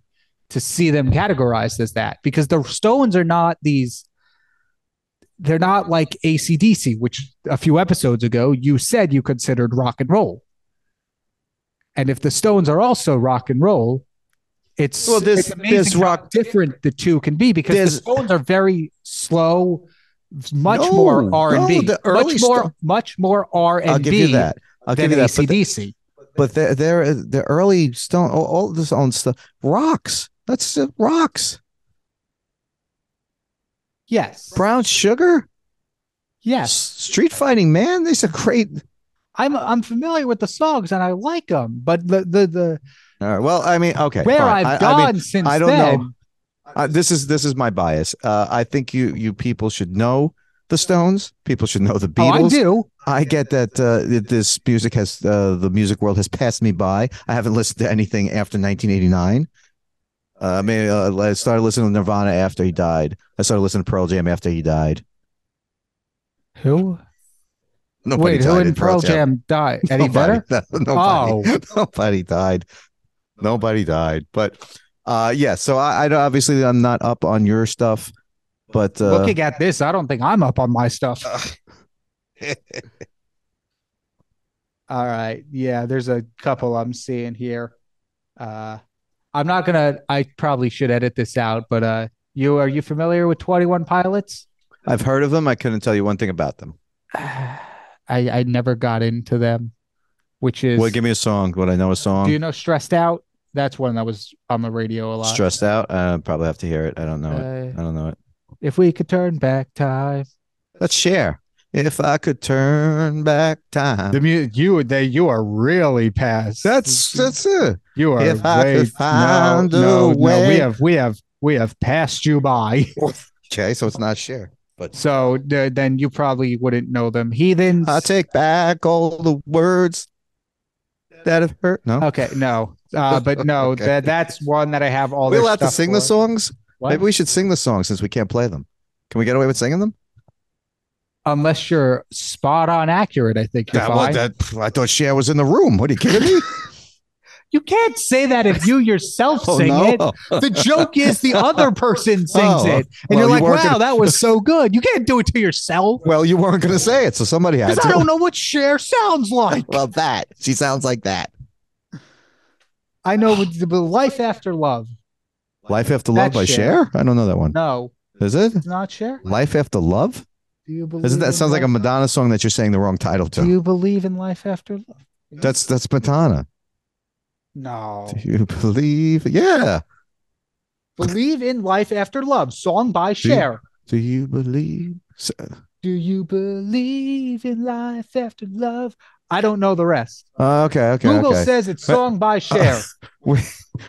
[SPEAKER 1] to see them categorized as that because the Stones are not these. They're not like ACDC, which a few episodes ago you said you considered rock and roll. And if the Stones are also rock and roll, it's
[SPEAKER 2] Well, there's-
[SPEAKER 1] it's amazing
[SPEAKER 2] there's
[SPEAKER 1] how
[SPEAKER 2] rock-
[SPEAKER 1] different the two can be because the
[SPEAKER 2] There's-
[SPEAKER 1] Stones are very slow, much
[SPEAKER 2] No,
[SPEAKER 1] more R and B,
[SPEAKER 2] no, the early
[SPEAKER 1] much more,
[SPEAKER 2] Sto-
[SPEAKER 1] much more R
[SPEAKER 2] I'll
[SPEAKER 1] and
[SPEAKER 2] give you
[SPEAKER 1] B than
[SPEAKER 2] that. I'll give you that. But, the,
[SPEAKER 1] ACDC.
[SPEAKER 2] but they're, they're the early Stone, all, all this own stuff rocks. That's uh, rocks.
[SPEAKER 1] yes,
[SPEAKER 2] Brown Sugar. S-
[SPEAKER 1] yes,
[SPEAKER 2] Street Fighting Man. These are great.
[SPEAKER 1] I'm I'm familiar with the songs and I like them, but the the, the
[SPEAKER 2] All right. Well, I mean, okay.
[SPEAKER 1] where I've
[SPEAKER 2] fine. I- I
[SPEAKER 1] gone
[SPEAKER 2] mean,
[SPEAKER 1] since
[SPEAKER 2] I don't
[SPEAKER 1] then,
[SPEAKER 2] know. Uh, this is this is my bias. Uh, I think you you people should know the Stones. People should know the
[SPEAKER 1] oh, I
[SPEAKER 2] Beatles.
[SPEAKER 1] do.
[SPEAKER 2] I get that uh, that this music has uh, the music world has passed me by. I haven't listened to anything after 1989. Uh, I mean, uh, I started listening to Nirvana after he died. I started listening to Pearl Jam after he died.
[SPEAKER 1] Who?
[SPEAKER 2] Nobody
[SPEAKER 1] Wait,
[SPEAKER 2] died
[SPEAKER 1] who in Pearl Jam died? Eddie
[SPEAKER 2] Nobody-
[SPEAKER 1] Vedder? Oh.
[SPEAKER 2] Nobody, nobody died. Nobody died. But uh, yeah, so I, I don't- obviously I'm not up on your stuff, but uh,
[SPEAKER 1] Looking at this, I don't think I'm up on my stuff. All right. Yeah, there's a couple I'm seeing here. Uh I'm not gonna I probably should edit this out, but uh you are you familiar with 21 pilots?
[SPEAKER 2] I've heard of them. I couldn't tell you one thing about them.
[SPEAKER 1] I I never got into them, which is
[SPEAKER 2] Well, give me a song. Would I know a song?
[SPEAKER 1] do you know stressed out? That's one that was on the radio a lot.
[SPEAKER 2] Stressed out. Uh, probably have to hear it. I don't know it.
[SPEAKER 1] Uh,
[SPEAKER 2] I don't know it.
[SPEAKER 1] if we could turn back time,
[SPEAKER 2] Let's share. If I could turn back time.
[SPEAKER 1] the mu- you they you are really past.
[SPEAKER 2] that's that's it.
[SPEAKER 1] you are.
[SPEAKER 2] if I
[SPEAKER 1] way,
[SPEAKER 2] could find
[SPEAKER 1] no,
[SPEAKER 2] a
[SPEAKER 1] no, no, we
[SPEAKER 2] way.
[SPEAKER 1] have we have we have passed you by.
[SPEAKER 2] Okay, so it's not share. But
[SPEAKER 1] So th- then you probably wouldn't know them. Heathens.
[SPEAKER 2] I take back all the words that have hurt. No,
[SPEAKER 1] okay, no, uh, but no,
[SPEAKER 2] Okay.
[SPEAKER 1] that that's one that I have all.
[SPEAKER 2] we
[SPEAKER 1] their
[SPEAKER 2] allowed to
[SPEAKER 1] stuff
[SPEAKER 2] sing
[SPEAKER 1] for.
[SPEAKER 2] the songs.
[SPEAKER 1] What?
[SPEAKER 2] Maybe we should sing the song since we can't play them. Can we get away with singing them?
[SPEAKER 1] unless you're spot on accurate. I think you're
[SPEAKER 2] That-
[SPEAKER 1] fine.
[SPEAKER 2] what- that- pff, I thought Cher was in the room. What are you kidding me?
[SPEAKER 1] You can't say that if you yourself
[SPEAKER 2] Oh,
[SPEAKER 1] sing
[SPEAKER 2] no.
[SPEAKER 1] it. The joke is the other person sings
[SPEAKER 2] Oh,
[SPEAKER 1] it. And
[SPEAKER 2] well,
[SPEAKER 1] you're
[SPEAKER 2] you
[SPEAKER 1] like,
[SPEAKER 2] weren't
[SPEAKER 1] wow,
[SPEAKER 2] gonna-
[SPEAKER 1] that was so good. You can't do it to yourself
[SPEAKER 2] Well, you weren't going to say it, so somebody had
[SPEAKER 1] because
[SPEAKER 2] to.
[SPEAKER 1] I don't know what Cher sounds like.
[SPEAKER 2] well, that she sounds like that.
[SPEAKER 1] I know with the the Life After Love.
[SPEAKER 2] Life After Love
[SPEAKER 1] That's
[SPEAKER 2] by
[SPEAKER 1] Cher.
[SPEAKER 2] Cher. I don't know that one.
[SPEAKER 1] No,
[SPEAKER 2] Is it
[SPEAKER 1] it's not Cher.
[SPEAKER 2] Life After Love?
[SPEAKER 1] Do you believe
[SPEAKER 2] Isn't
[SPEAKER 1] in
[SPEAKER 2] that sounds like a
[SPEAKER 1] life-
[SPEAKER 2] Madonna song that you're saying the wrong title
[SPEAKER 1] Do
[SPEAKER 2] to?
[SPEAKER 1] you believe in life after love?
[SPEAKER 2] That's that's Madonna.
[SPEAKER 1] No.
[SPEAKER 2] Do you believe? Yeah.
[SPEAKER 1] believe in life after love, song by
[SPEAKER 2] you-
[SPEAKER 1] Cher.
[SPEAKER 2] Do you believe? S-
[SPEAKER 1] Do you believe in life after love? I don't know the rest.
[SPEAKER 2] Uh, okay, okay,
[SPEAKER 1] Google
[SPEAKER 2] okay.
[SPEAKER 1] says it's
[SPEAKER 2] But-
[SPEAKER 1] song by Cher.
[SPEAKER 2] we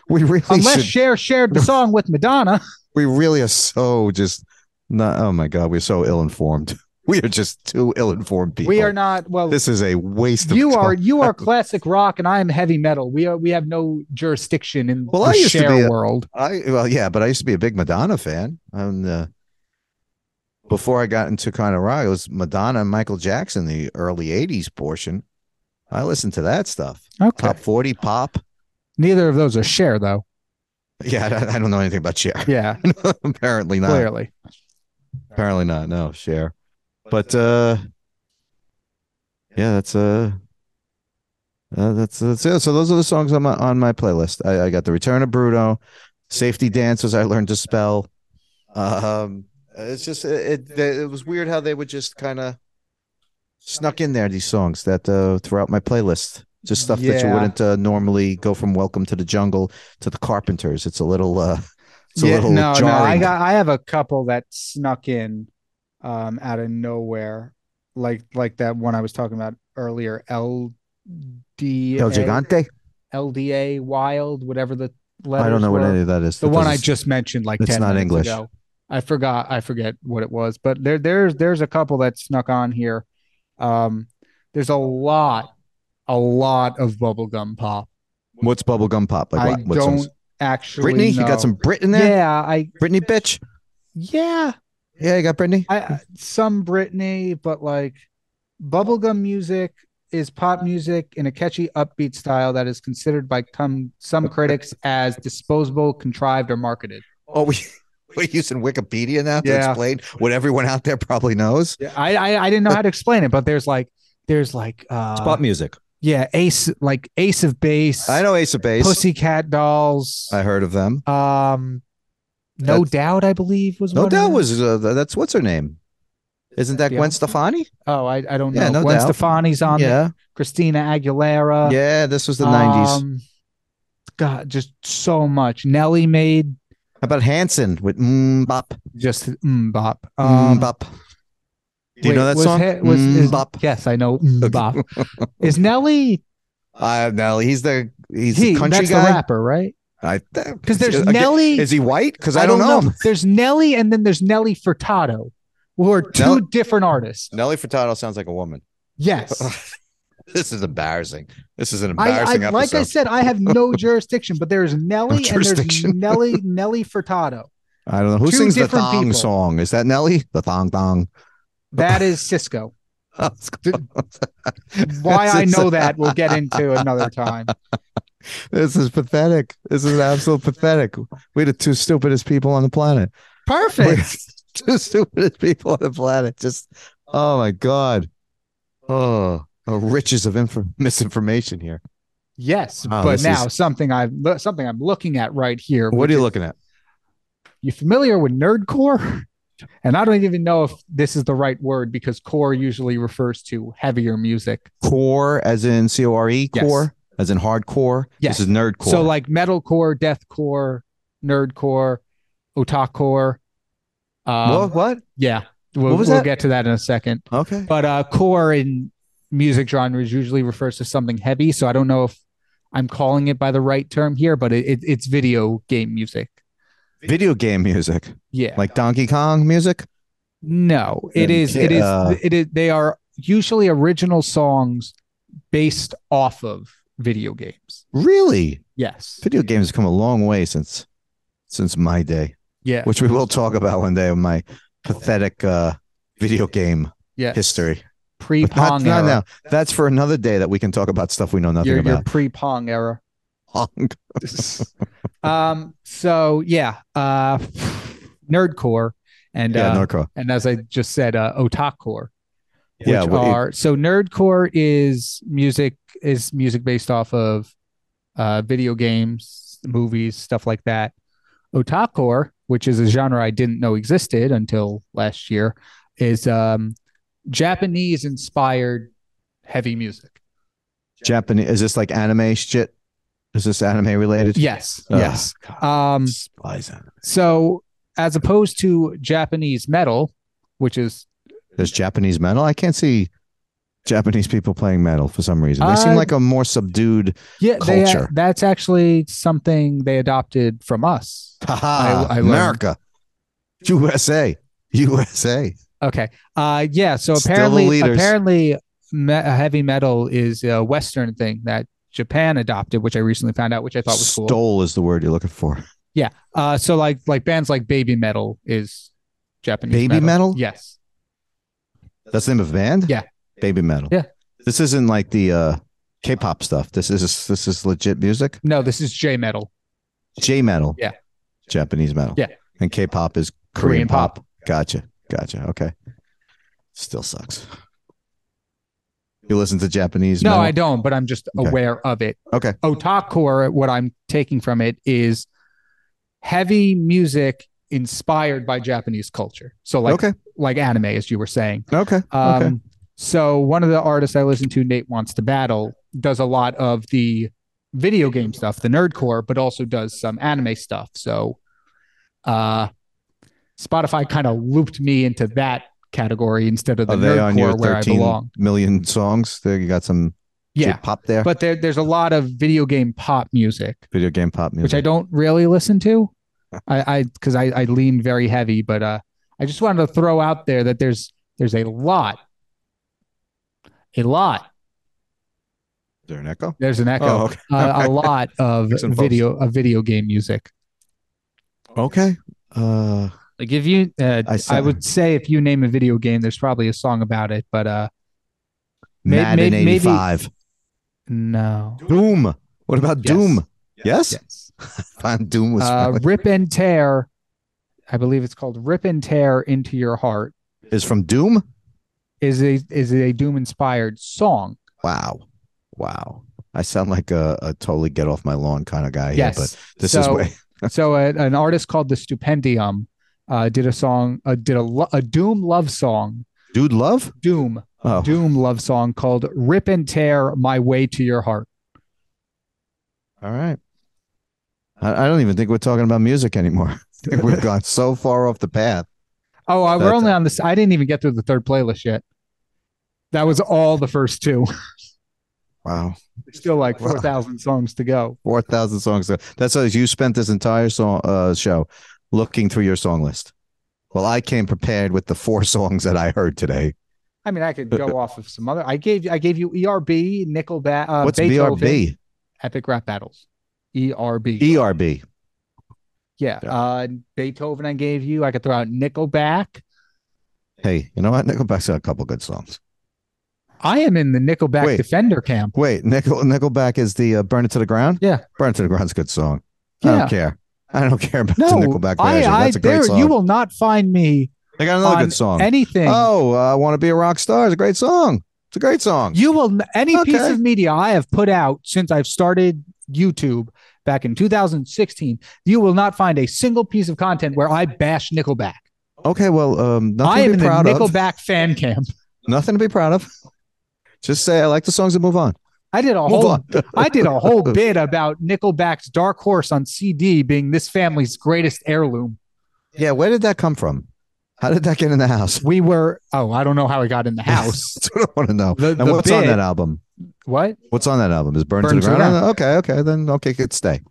[SPEAKER 2] we really
[SPEAKER 1] Unless
[SPEAKER 2] should.
[SPEAKER 1] Cher shared the song with Madonna.
[SPEAKER 2] we really are so just No, oh my God, we're so ill informed. We are just two ill informed people.
[SPEAKER 1] We are not. Well,
[SPEAKER 2] This is a waste of
[SPEAKER 1] you
[SPEAKER 2] time.
[SPEAKER 1] are you are classic rock, and I am heavy metal. We are we have no jurisdiction in
[SPEAKER 2] Well,
[SPEAKER 1] the
[SPEAKER 2] I used to
[SPEAKER 1] share
[SPEAKER 2] be a-
[SPEAKER 1] world.
[SPEAKER 2] I well, yeah, but I used to be a big Madonna fan. And uh, before I got into kind of rock, it was Madonna and Michael Jackson, the early '80s portion. I listened to that stuff,
[SPEAKER 1] Okay.
[SPEAKER 2] top forty pop.
[SPEAKER 1] Neither of those are share though.
[SPEAKER 2] Yeah, I, I don't know anything about Cher.
[SPEAKER 1] Yeah,
[SPEAKER 2] apparently not.
[SPEAKER 1] clearly.
[SPEAKER 2] Apparently not. No, Cher. But uh, yeah, that's uh, uh that's that's it. So those are the songs on my on my playlist. I, I got the Return of Bruno, Safety Dances. I learned to spell. Um, it's just it it, it was weird how they would just kind of snuck in there these songs that uh throughout my playlist. Just stuff that you
[SPEAKER 1] Yeah.
[SPEAKER 2] wouldn't uh, normally go from Welcome to the Jungle to the Carpenters. It's a little uh, it's a little
[SPEAKER 1] no,
[SPEAKER 2] jarring.
[SPEAKER 1] no. I got I have a couple that snuck in um out of nowhere, like like that one I was talking about earlier. L D
[SPEAKER 2] El Gigante.
[SPEAKER 1] LDA Wild, whatever the letters
[SPEAKER 2] I don't know
[SPEAKER 1] were.
[SPEAKER 2] what any of that is.
[SPEAKER 1] the
[SPEAKER 2] That
[SPEAKER 1] one I
[SPEAKER 2] doesn't-
[SPEAKER 1] just mentioned like
[SPEAKER 2] it's
[SPEAKER 1] 10
[SPEAKER 2] not
[SPEAKER 1] minutes
[SPEAKER 2] English.
[SPEAKER 1] ago. I forgot I forget what it was, but there there's there's a couple that snuck on here. Um there's a lot a lot of bubblegum pop.
[SPEAKER 2] What's bubblegum pop? Like
[SPEAKER 1] I
[SPEAKER 2] what? what
[SPEAKER 1] don't
[SPEAKER 2] songs?
[SPEAKER 1] actually
[SPEAKER 2] Brittany? You
[SPEAKER 1] know.
[SPEAKER 2] got some Brit in there?
[SPEAKER 1] Yeah, I
[SPEAKER 2] Brittany bitch?
[SPEAKER 1] yeah,
[SPEAKER 2] Yeah, you got Brittany?
[SPEAKER 1] I I- some Britney, but like bubblegum music is pop music in a catchy upbeat style that is considered by some some critics as disposable, contrived or marketed.
[SPEAKER 2] Oh, we, we're using Wikipedia now to
[SPEAKER 1] Yeah.
[SPEAKER 2] explain what everyone out there probably knows.
[SPEAKER 1] Yeah, I, I I didn't know how to explain it, but there's like there's like
[SPEAKER 2] It's
[SPEAKER 1] uh
[SPEAKER 2] pop music.
[SPEAKER 1] yeah ace like ace of base.
[SPEAKER 2] I know Ace of Base.
[SPEAKER 1] Pussycat Dolls.
[SPEAKER 2] I heard of them.
[SPEAKER 1] um, no
[SPEAKER 2] That's-
[SPEAKER 1] doubt I believe was
[SPEAKER 2] No
[SPEAKER 1] one of
[SPEAKER 2] doubt
[SPEAKER 1] them.
[SPEAKER 2] was uh, th- that's what's her name? Isn't that
[SPEAKER 1] Yeah.
[SPEAKER 2] Gwen Stefani?
[SPEAKER 1] oh I I don't know.
[SPEAKER 2] Yeah, no
[SPEAKER 1] Gwen
[SPEAKER 2] doubt.
[SPEAKER 1] Stefani's on there.
[SPEAKER 2] yeah,
[SPEAKER 1] Christina Aguilera.
[SPEAKER 2] yeah. This was the '90s. How
[SPEAKER 1] Uh, Um, God, just so much. Nelly made
[SPEAKER 2] about Hanson with mm bop,
[SPEAKER 1] just mm, bop.
[SPEAKER 2] mm
[SPEAKER 1] Um,
[SPEAKER 2] bop? Do you know
[SPEAKER 1] wait,
[SPEAKER 2] that
[SPEAKER 1] was
[SPEAKER 2] song?
[SPEAKER 1] he- was,
[SPEAKER 2] Mm
[SPEAKER 1] is-
[SPEAKER 2] bop.
[SPEAKER 1] Yes, I know. Mm, bop. is Nelly?
[SPEAKER 2] Uh, no, he's the he's
[SPEAKER 1] He,
[SPEAKER 2] the country
[SPEAKER 1] that's the
[SPEAKER 2] guy.
[SPEAKER 1] rapper, right?
[SPEAKER 2] Because
[SPEAKER 1] Because there's Nelly.
[SPEAKER 2] Is he white? Because I, don't, know.
[SPEAKER 1] There's Nelly, and then there's Nelly Furtado, who are two
[SPEAKER 2] Nelly-
[SPEAKER 1] different artists.
[SPEAKER 2] Nelly Furtado sounds like a woman.
[SPEAKER 1] Yes.
[SPEAKER 2] This is embarrassing. This is an
[SPEAKER 1] I, I
[SPEAKER 2] embarrassing
[SPEAKER 1] like I
[SPEAKER 2] episode.
[SPEAKER 1] said, I have no jurisdiction, but there's Nelly and there's
[SPEAKER 2] jurisdiction.
[SPEAKER 1] Nelly Nelly Furtado.
[SPEAKER 2] I, don't know who
[SPEAKER 1] two
[SPEAKER 2] sings the
[SPEAKER 1] different
[SPEAKER 2] thong
[SPEAKER 1] people.
[SPEAKER 2] song. Is that Nelly? The thong thong.
[SPEAKER 1] That is Cisco.
[SPEAKER 2] That's-
[SPEAKER 1] Why
[SPEAKER 2] That's
[SPEAKER 1] I know
[SPEAKER 2] insane.
[SPEAKER 1] that we'll get into another time.
[SPEAKER 2] this is pathetic. This is absolute pathetic. We're the two stupidest people on the planet.
[SPEAKER 1] Perfect.
[SPEAKER 2] two stupidest people on the planet. Just oh my god. Oh, the riches of inf- misinformation here.
[SPEAKER 1] Yes,
[SPEAKER 2] Wow,
[SPEAKER 1] but
[SPEAKER 2] this
[SPEAKER 1] now
[SPEAKER 2] is-
[SPEAKER 1] something I have something I'm looking at right here.
[SPEAKER 2] What are you looking at?
[SPEAKER 1] You familiar with nerdcore? And I don't even know if this is the right word because core usually refers to heavier music.
[SPEAKER 2] Core, as in C O R E,
[SPEAKER 1] Yes.
[SPEAKER 2] core, as in hardcore.
[SPEAKER 1] Yes.
[SPEAKER 2] This is nerdcore.
[SPEAKER 1] So like metalcore, deathcore, nerdcore, otacore. Um,
[SPEAKER 2] what? What?
[SPEAKER 1] Yeah, we'll,
[SPEAKER 2] was
[SPEAKER 1] we'll
[SPEAKER 2] that?
[SPEAKER 1] get to that in a second.
[SPEAKER 2] Okay.
[SPEAKER 1] But uh, core in music genres usually refers to something heavy, so I don't know if I'm calling it by the right term here, but it, it, it's video game music.
[SPEAKER 2] Video game music,
[SPEAKER 1] Yeah,
[SPEAKER 2] like Donkey Kong music.
[SPEAKER 1] no, it is, it is,
[SPEAKER 2] Uh,
[SPEAKER 1] it is. They are usually original songs based off of video games.
[SPEAKER 2] Really,
[SPEAKER 1] Yes.
[SPEAKER 2] video games have come a long way since since my day,
[SPEAKER 1] Yeah.
[SPEAKER 2] which we will talk about one day. My pathetic uh, video game
[SPEAKER 1] Yeah.
[SPEAKER 2] history.
[SPEAKER 1] Pre
[SPEAKER 2] But
[SPEAKER 1] Pong
[SPEAKER 2] not- not
[SPEAKER 1] era.
[SPEAKER 2] now. That's for another day that we can talk about stuff we know nothing
[SPEAKER 1] Your, your
[SPEAKER 2] about.
[SPEAKER 1] pre Pong era.
[SPEAKER 2] Pong.
[SPEAKER 1] um so yeah uh nerdcore and
[SPEAKER 2] yeah,
[SPEAKER 1] uh,
[SPEAKER 2] Norco.
[SPEAKER 1] and as i just said uh otakcore which
[SPEAKER 2] Yeah, well, it-
[SPEAKER 1] are so nerdcore is music is music based off of uh video games movies stuff like that otakcore which is a genre i didn't know existed until last year is um japanese inspired heavy music
[SPEAKER 2] Japanese. Is this like anime shit? Is this anime related? Uh,
[SPEAKER 1] yes
[SPEAKER 2] Ugh.
[SPEAKER 1] yes um
[SPEAKER 2] Spies anime.
[SPEAKER 1] So, as opposed to Japanese metal, which is
[SPEAKER 2] There's Japanese metal. I can't see Japanese people playing metal for some reason. They
[SPEAKER 1] Uh,
[SPEAKER 2] seem like a more subdued.
[SPEAKER 1] yeah, they-
[SPEAKER 2] Culture.
[SPEAKER 1] that's actually something they adopted from us.
[SPEAKER 2] Haha,
[SPEAKER 1] I learned-
[SPEAKER 2] America, USA. USA.
[SPEAKER 1] Okay. Uh, yeah. So
[SPEAKER 2] Still the
[SPEAKER 1] apparently,
[SPEAKER 2] leaders.
[SPEAKER 1] apparently, me- heavy metal is a Western thing that Japan adopted, which I recently found out, which I thought was cool.
[SPEAKER 2] Stole is the word you're looking for.
[SPEAKER 1] Uh, so like like bands like Baby Metal is Japanese.
[SPEAKER 2] Baby Metal?
[SPEAKER 1] Yes.
[SPEAKER 2] That's the name of a band.
[SPEAKER 1] Yeah.
[SPEAKER 2] Baby metal.
[SPEAKER 1] Yeah.
[SPEAKER 2] This isn't like the uh, K-pop stuff. This is this is legit music.
[SPEAKER 1] No, this is J Metal.
[SPEAKER 2] J metal.
[SPEAKER 1] Yeah.
[SPEAKER 2] Japanese metal.
[SPEAKER 1] Yeah.
[SPEAKER 2] And K-pop is Korean,
[SPEAKER 1] Korean
[SPEAKER 2] pop.
[SPEAKER 1] pop.
[SPEAKER 2] Gotcha. Gotcha. Okay. Still sucks. You listen to Japanese?
[SPEAKER 1] No,
[SPEAKER 2] metal?
[SPEAKER 1] I don't, but I'm just
[SPEAKER 2] Okay.
[SPEAKER 1] aware of it.
[SPEAKER 2] Okay.
[SPEAKER 1] Otaku, what I'm taking from it is heavy music inspired by Japanese culture. So like
[SPEAKER 2] okay.
[SPEAKER 1] like anime, as you were saying.
[SPEAKER 2] Okay.
[SPEAKER 1] Um,
[SPEAKER 2] okay.
[SPEAKER 1] So one of the artists I listen to, Nate Wants to Battle, does a lot of the video game stuff, the nerdcore, but also does some anime stuff. So uh, Spotify kind of looped me into that category instead of the
[SPEAKER 2] Are they on your
[SPEAKER 1] nerdcore where I
[SPEAKER 2] 13
[SPEAKER 1] belong.
[SPEAKER 2] million songs? There, you got some
[SPEAKER 1] Yeah.
[SPEAKER 2] pop there.
[SPEAKER 1] But there, there's a lot of video game pop music,
[SPEAKER 2] Video game pop music.
[SPEAKER 1] which I don't really listen to. I because I, I, lean very heavy, but uh, I just wanted to throw out there that there's there's a lot, a lot
[SPEAKER 2] Is there an echo?
[SPEAKER 1] There's an
[SPEAKER 2] Oh,
[SPEAKER 1] echo.
[SPEAKER 2] okay.
[SPEAKER 1] Uh, a lot of
[SPEAKER 2] Fixing folks.
[SPEAKER 1] video of video game music.
[SPEAKER 2] Okay. Uh,
[SPEAKER 1] Like if you, uh,
[SPEAKER 2] I
[SPEAKER 1] I,
[SPEAKER 2] saw-
[SPEAKER 1] would say if you name a video game, there's probably a song about it. But uh, May-
[SPEAKER 2] Madden
[SPEAKER 1] may- maybe-
[SPEAKER 2] 85.
[SPEAKER 1] no.
[SPEAKER 2] Doom. What
[SPEAKER 1] Yes.
[SPEAKER 2] about Doom? Yes.
[SPEAKER 1] Yes.
[SPEAKER 2] Fine, Doom was.
[SPEAKER 1] Uh, Rip and tear. I believe it's called "Rip and Tear into Your Heart."
[SPEAKER 2] is from Doom.
[SPEAKER 1] Is a is a Doom inspired song.
[SPEAKER 2] Wow. Wow. I sound like a, a totally get off my lawn kind of guy
[SPEAKER 1] yes.
[SPEAKER 2] here, but this is
[SPEAKER 1] So-
[SPEAKER 2] way.
[SPEAKER 1] so a, an artist called the Stupendium uh, did a song, uh, did a lo- a Doom love song,
[SPEAKER 2] Dude, love.
[SPEAKER 1] Doom
[SPEAKER 2] Oh,
[SPEAKER 1] Doom love song called "Rip and Tear My Way to Your Heart."
[SPEAKER 2] all right. I, I don't even think we're talking about music anymore. I think we've gone so far off the path.
[SPEAKER 1] Oh, uh, we're
[SPEAKER 2] That's-
[SPEAKER 1] only on this. I didn't even get through the third playlist yet. That was all the first two.
[SPEAKER 2] Wow.
[SPEAKER 1] There's Still like
[SPEAKER 2] Wow.
[SPEAKER 1] 4,000 songs to go.
[SPEAKER 2] Four thousand songs. That's how you spent this entire song uh, show looking through your song list. Well, I came prepared with the four songs that I heard today.
[SPEAKER 1] I mean, I could go off of some other. I gave I gave you E ERB, Nickelback, uh,
[SPEAKER 2] What's E
[SPEAKER 1] Beethoven,
[SPEAKER 2] BRB?
[SPEAKER 1] Epic Rap Battles, ERB, yeah.
[SPEAKER 2] ERB. E Yeah.
[SPEAKER 1] Uh, Beethoven, I gave you. I could throw out Nickelback.
[SPEAKER 2] Hey, you know what? Nickelback's got a couple good songs.
[SPEAKER 1] I am in the Nickelback
[SPEAKER 2] Wait.
[SPEAKER 1] defender camp.
[SPEAKER 2] Wait, Nickel Nickelback is the uh, "Burn It to the Ground."
[SPEAKER 1] Yeah.
[SPEAKER 2] "Burn It to the Ground's a good song. I
[SPEAKER 1] Yeah.
[SPEAKER 2] don't care. I don't care about
[SPEAKER 1] No,
[SPEAKER 2] the Nickelback
[SPEAKER 1] I,
[SPEAKER 2] version.
[SPEAKER 1] I
[SPEAKER 2] That's a great
[SPEAKER 1] there
[SPEAKER 2] song.
[SPEAKER 1] you will not find me
[SPEAKER 2] they got another
[SPEAKER 1] on
[SPEAKER 2] good song.
[SPEAKER 1] anything.
[SPEAKER 2] Oh, uh, I want to be a rock star is a great song. It's a great song.
[SPEAKER 1] You will any piece
[SPEAKER 2] Okay.
[SPEAKER 1] of media I have put out since I've started YouTube back in 2016, you will not find a single piece of content where I bash Nickelback.
[SPEAKER 2] okay, well, um, nothing
[SPEAKER 1] I
[SPEAKER 2] to
[SPEAKER 1] am
[SPEAKER 2] be
[SPEAKER 1] in the
[SPEAKER 2] proud of.
[SPEAKER 1] Nickelback fan camp.
[SPEAKER 2] Nothing to be proud of. Just say I like the songs and move on.
[SPEAKER 1] I did a
[SPEAKER 2] Move
[SPEAKER 1] whole
[SPEAKER 2] on.
[SPEAKER 1] I did a whole bit about Nickelback's Dark Horse on CD being this family's greatest heirloom.
[SPEAKER 2] yeah, where did that come from? How did that get in the house?
[SPEAKER 1] We were oh, I don't know how I got in the house.
[SPEAKER 2] That's what I want to know.
[SPEAKER 1] The-
[SPEAKER 2] and
[SPEAKER 1] the
[SPEAKER 2] what's on
[SPEAKER 1] bit-
[SPEAKER 2] that album?
[SPEAKER 1] what?
[SPEAKER 2] What's on that album? Is "Burn,
[SPEAKER 1] Burn
[SPEAKER 2] to the Ground"? Okay, okay, then okay, good stay.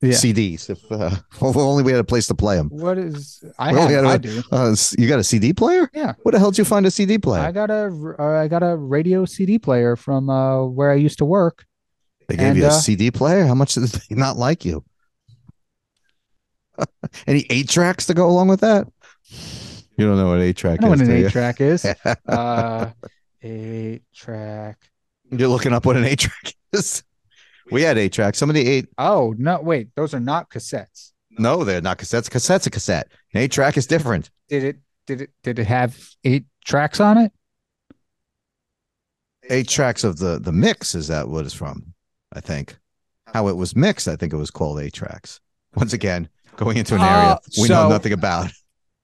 [SPEAKER 1] Yeah.
[SPEAKER 2] CDs. If uh, if only we had a place to play them.
[SPEAKER 1] What is I have,
[SPEAKER 2] Well, we gotta-
[SPEAKER 1] I do.
[SPEAKER 2] Uh, s- you got a CD player?
[SPEAKER 1] Yeah.
[SPEAKER 2] Where the hell did you find a CD
[SPEAKER 1] I
[SPEAKER 2] player?
[SPEAKER 1] got a uh, I got a radio CD player from uh, where I used to work.
[SPEAKER 2] They gave
[SPEAKER 1] and,
[SPEAKER 2] you a
[SPEAKER 1] uh,
[SPEAKER 2] CD player. How much did they not like you? Any eight tracks to go along with that? You don't know what eight track
[SPEAKER 1] I know
[SPEAKER 2] is.
[SPEAKER 1] what an
[SPEAKER 2] do you?
[SPEAKER 1] eight track is. Uh, eight track.
[SPEAKER 2] You're looking up what an eight track is. We had eight tracks. Somebody eight.
[SPEAKER 1] Oh no! Wait, those are not cassettes.
[SPEAKER 2] No, they're not cassettes. Cassette's a cassette. An eight track is different.
[SPEAKER 1] Did it? Did it? Did it have eight tracks on it?
[SPEAKER 2] Eight tracks of the the mix is that what it's from? I think how it was mixed. I think it was called eight tracks. Once again, going into an area
[SPEAKER 1] Uh,
[SPEAKER 2] we know
[SPEAKER 1] so-
[SPEAKER 2] nothing about.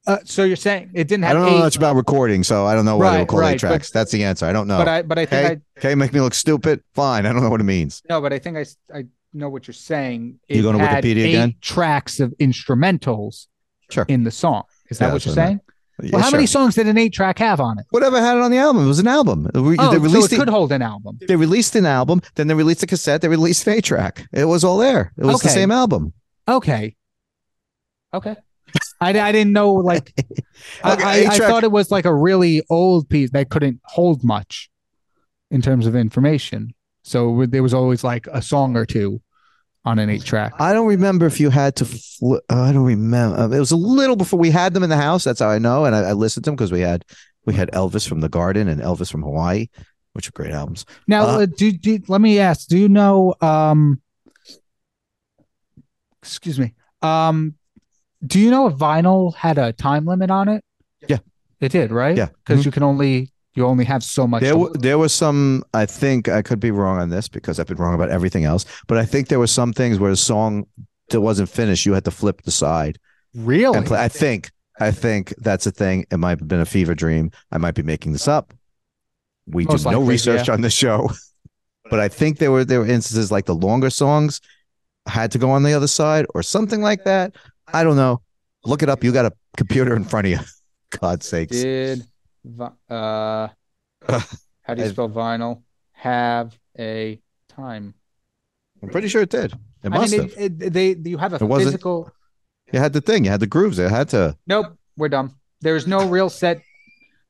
[SPEAKER 1] Uh, so you're saying it didn't
[SPEAKER 2] I
[SPEAKER 1] have
[SPEAKER 2] don't know
[SPEAKER 1] eight?
[SPEAKER 2] much about recording, so I don't know why they
[SPEAKER 1] Right,
[SPEAKER 2] were called eight
[SPEAKER 1] right, but-
[SPEAKER 2] tracks. That's the answer. I don't know.
[SPEAKER 1] But I. But I think
[SPEAKER 2] Okay.
[SPEAKER 1] I.
[SPEAKER 2] okay, make me look stupid. Fine. I don't know what it means.
[SPEAKER 1] No, but I think I. s- I know what you're saying.
[SPEAKER 2] You
[SPEAKER 1] It
[SPEAKER 2] going to
[SPEAKER 1] had
[SPEAKER 2] Wikipedia
[SPEAKER 1] eight
[SPEAKER 2] again?
[SPEAKER 1] Tracks of instrumentals.
[SPEAKER 2] Sure.
[SPEAKER 1] In the song, is
[SPEAKER 2] Yeah,
[SPEAKER 1] that what
[SPEAKER 2] that's
[SPEAKER 1] you're
[SPEAKER 2] what I
[SPEAKER 1] saying?
[SPEAKER 2] meant. Yeah,
[SPEAKER 1] Well, how
[SPEAKER 2] sure.
[SPEAKER 1] many songs did an eight track have on it?
[SPEAKER 2] Whatever had it on the album. It was an album. They re-
[SPEAKER 1] Oh,
[SPEAKER 2] they
[SPEAKER 1] so it
[SPEAKER 2] released it.
[SPEAKER 1] could hold an album.
[SPEAKER 2] they released an album, then they released a cassette, they released an eight track. It was all there. It was the
[SPEAKER 1] Okay.
[SPEAKER 2] same album.
[SPEAKER 1] Okay. Okay. I, I didn't know like I,
[SPEAKER 2] Okay,
[SPEAKER 1] I, I
[SPEAKER 2] A-Track-
[SPEAKER 1] thought it was like a really old piece that couldn't hold much in terms of information. So there was always like a song or two on an eight track.
[SPEAKER 2] I don't remember if you had to. Fl- uh, I don't remember. Um, It was a little before we had them in the house. That's how I know, and I, I listened to them because we had we had Elvis from the Garden and Elvis from Hawaii, which are great albums.
[SPEAKER 1] Now,
[SPEAKER 2] Uh,
[SPEAKER 1] uh, do, do let me ask. Do you know? Um, excuse me. Um, do you know if vinyl had a time limit on it?
[SPEAKER 2] Yeah.
[SPEAKER 1] it did, right?
[SPEAKER 2] Yeah. Mm-hmm.
[SPEAKER 1] because you can only you only have so much.
[SPEAKER 2] There,
[SPEAKER 1] to-
[SPEAKER 2] w- there was some. I think I could be wrong on this because I've been wrong about everything else. But I think there were some things where a song that wasn't finished, you had to flip the side
[SPEAKER 1] really?
[SPEAKER 2] and play. I think. I think that's a thing. It might have been a fever dream. I might be making this up. We
[SPEAKER 1] Most
[SPEAKER 2] do no
[SPEAKER 1] likely,
[SPEAKER 2] research on the show, but I think there were there were instances like the longer songs had to go on the other side or something like that. I don't know. Look it up. You got a computer in front of you. God's sakes.
[SPEAKER 1] Did vi- uh, how do you
[SPEAKER 2] I-
[SPEAKER 1] spell vinyl? Have a time?
[SPEAKER 2] I'm pretty sure it did. It
[SPEAKER 1] I
[SPEAKER 2] must
[SPEAKER 1] mean,
[SPEAKER 2] have.
[SPEAKER 1] it, it, they you have a
[SPEAKER 2] It wasn't-
[SPEAKER 1] physical.
[SPEAKER 2] You had the thing. You had the grooves. It had to.
[SPEAKER 1] Nope, we're dumb. There's no real set.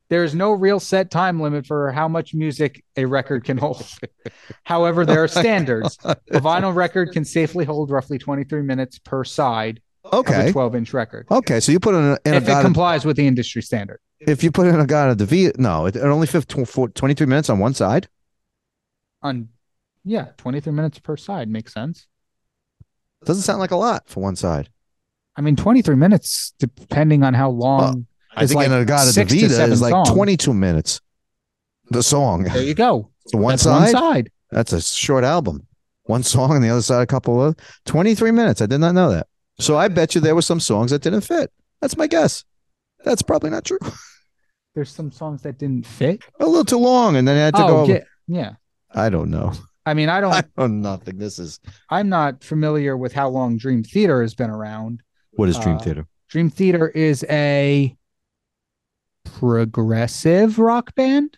[SPEAKER 1] There's no real set time limit for how much music a record can hold. However, there are
[SPEAKER 2] Oh
[SPEAKER 1] standards. A vinyl record can safely hold roughly 23 minutes per side of a
[SPEAKER 2] Okay.
[SPEAKER 1] 12 inch record
[SPEAKER 2] Okay. So you put in a, in a
[SPEAKER 1] if it
[SPEAKER 2] God.
[SPEAKER 1] complies with the industry standard.
[SPEAKER 2] if you put in a God of the V, no, it, it only 15, 23 minutes on one side.
[SPEAKER 1] On yeah, 23 minutes per side makes sense.
[SPEAKER 2] Doesn't sound like a lot for one side.
[SPEAKER 1] I mean, 23 minutes, depending on how long.
[SPEAKER 2] I
[SPEAKER 1] is
[SPEAKER 2] think
[SPEAKER 1] like
[SPEAKER 2] in a God of the
[SPEAKER 1] six to
[SPEAKER 2] Vita
[SPEAKER 1] seven
[SPEAKER 2] is like
[SPEAKER 1] songs.
[SPEAKER 2] 22 minutes. The song.
[SPEAKER 1] There you go.
[SPEAKER 2] The one
[SPEAKER 1] That's
[SPEAKER 2] side.
[SPEAKER 1] One side.
[SPEAKER 2] That's a short album. One song and the other side a couple of 23 minutes. I did not know that. So I bet you there were some songs that didn't fit. That's my guess. That's probably not true.
[SPEAKER 1] There's some songs that didn't fit.
[SPEAKER 2] A little too long and then I had to go.
[SPEAKER 1] Oh,
[SPEAKER 2] over-
[SPEAKER 1] yeah, yeah.
[SPEAKER 2] I don't know.
[SPEAKER 1] I mean, I don't.
[SPEAKER 2] I know nothing. This is
[SPEAKER 1] I'm not familiar with how long Dream Theater has been around.
[SPEAKER 2] what is Dream
[SPEAKER 1] Uh,
[SPEAKER 2] Theater?
[SPEAKER 1] Dream Theater is a progressive rock band.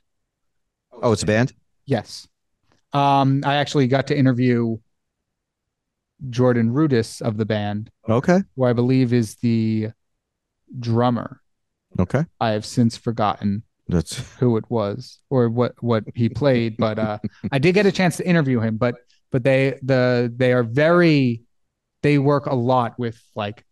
[SPEAKER 2] Oh, it's a band.
[SPEAKER 1] Yes. Um, I actually got to interview Jordan Rudis of the band,
[SPEAKER 2] Okay.
[SPEAKER 1] who I believe is the drummer.
[SPEAKER 2] Okay.
[SPEAKER 1] I have since forgotten
[SPEAKER 2] That's
[SPEAKER 1] who it was or what what he played, but uh, I did get a chance to interview him. But but they the they are very they work a lot with like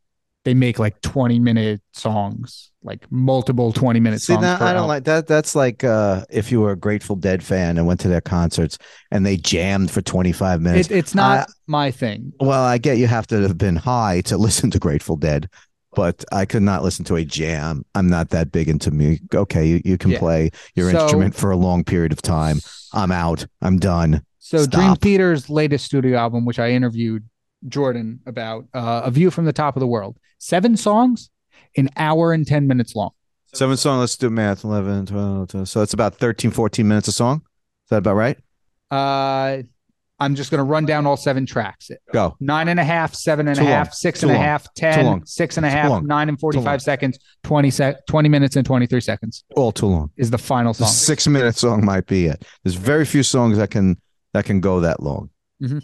[SPEAKER 1] they make like twenty minute songs, like multiple twenty minute
[SPEAKER 2] See,
[SPEAKER 1] songs.
[SPEAKER 2] now,
[SPEAKER 1] per
[SPEAKER 2] I don't
[SPEAKER 1] album.
[SPEAKER 2] like that. That's like uh, if you were a Grateful Dead fan and went to their concerts and they jammed for 25 minutes.
[SPEAKER 1] it, it's not my thing.
[SPEAKER 2] well, I get you have to have been high to listen to Grateful Dead, but I could not listen to a jam. I'm not that big into music. Okay, you, you can
[SPEAKER 1] Yeah.
[SPEAKER 2] play your
[SPEAKER 1] So-
[SPEAKER 2] instrument for a long period of time. I'm out. I'm done.
[SPEAKER 1] So Dream
[SPEAKER 2] Stop.
[SPEAKER 1] Theater's latest studio album, which I interviewed Jordan about, uh, A View from the Top of the World, seven songs, an hour and ten minutes long.
[SPEAKER 2] Seven song. Let's do math. 11, 12, 12. So it's about 13, 14 minutes a song. Is that about right?
[SPEAKER 1] Uh, I'm just going to run down all seven tracks.
[SPEAKER 2] Go.
[SPEAKER 1] nine and a half, seven and a
[SPEAKER 2] Too long.
[SPEAKER 1] half, six and
[SPEAKER 2] Too
[SPEAKER 1] a
[SPEAKER 2] long.
[SPEAKER 1] half,
[SPEAKER 2] Too
[SPEAKER 1] 10,
[SPEAKER 2] long.
[SPEAKER 1] six and a
[SPEAKER 2] Too
[SPEAKER 1] half,
[SPEAKER 2] long.
[SPEAKER 1] nine and 45 seconds, 20, sec- 20 minutes and 23 seconds
[SPEAKER 2] All too long.
[SPEAKER 1] is the final
[SPEAKER 2] The
[SPEAKER 1] song.
[SPEAKER 2] six minute song might be it. There's very few songs that can that can go that long.
[SPEAKER 1] Mhm.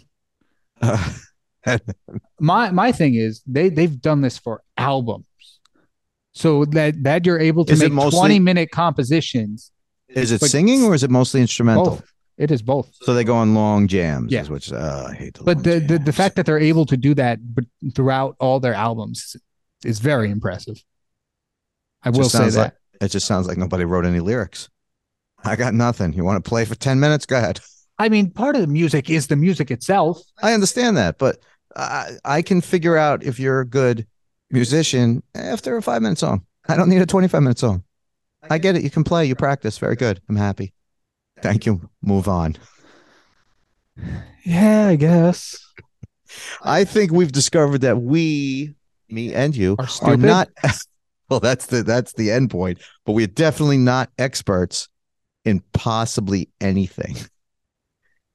[SPEAKER 2] Uh,
[SPEAKER 1] My my thing is they they've done this for albums. So that that you're able to
[SPEAKER 2] Is it
[SPEAKER 1] make
[SPEAKER 2] mostly-
[SPEAKER 1] 20 minute compositions.
[SPEAKER 2] is it
[SPEAKER 1] But-
[SPEAKER 2] singing or is it mostly instrumental?
[SPEAKER 1] Both. It is both.
[SPEAKER 2] So they go on long jams,
[SPEAKER 1] Yeah.
[SPEAKER 2] is which uh, I hate. The
[SPEAKER 1] But
[SPEAKER 2] long
[SPEAKER 1] the, the the
[SPEAKER 2] jams.
[SPEAKER 1] fact that they're able to do that but throughout all their albums is very impressive. I will
[SPEAKER 2] Just
[SPEAKER 1] say
[SPEAKER 2] sounds
[SPEAKER 1] that.
[SPEAKER 2] like- it just sounds like nobody wrote any lyrics. I got nothing. You want to play for ten minutes? Go ahead.
[SPEAKER 1] I mean, part of the music is the music itself.
[SPEAKER 2] I understand that, but I I can figure out if you're a good musician after a five minute song. I don't need a twenty five minute song. I get it. You can play. You practice. Very good. I'm happy. Thank you. Move on.
[SPEAKER 1] Yeah, I guess.
[SPEAKER 2] I think we've discovered that we, me and you,
[SPEAKER 1] Are
[SPEAKER 2] are
[SPEAKER 1] stupid?
[SPEAKER 2] not. Well, that's the that's the end point. But we're definitely not experts in possibly anything.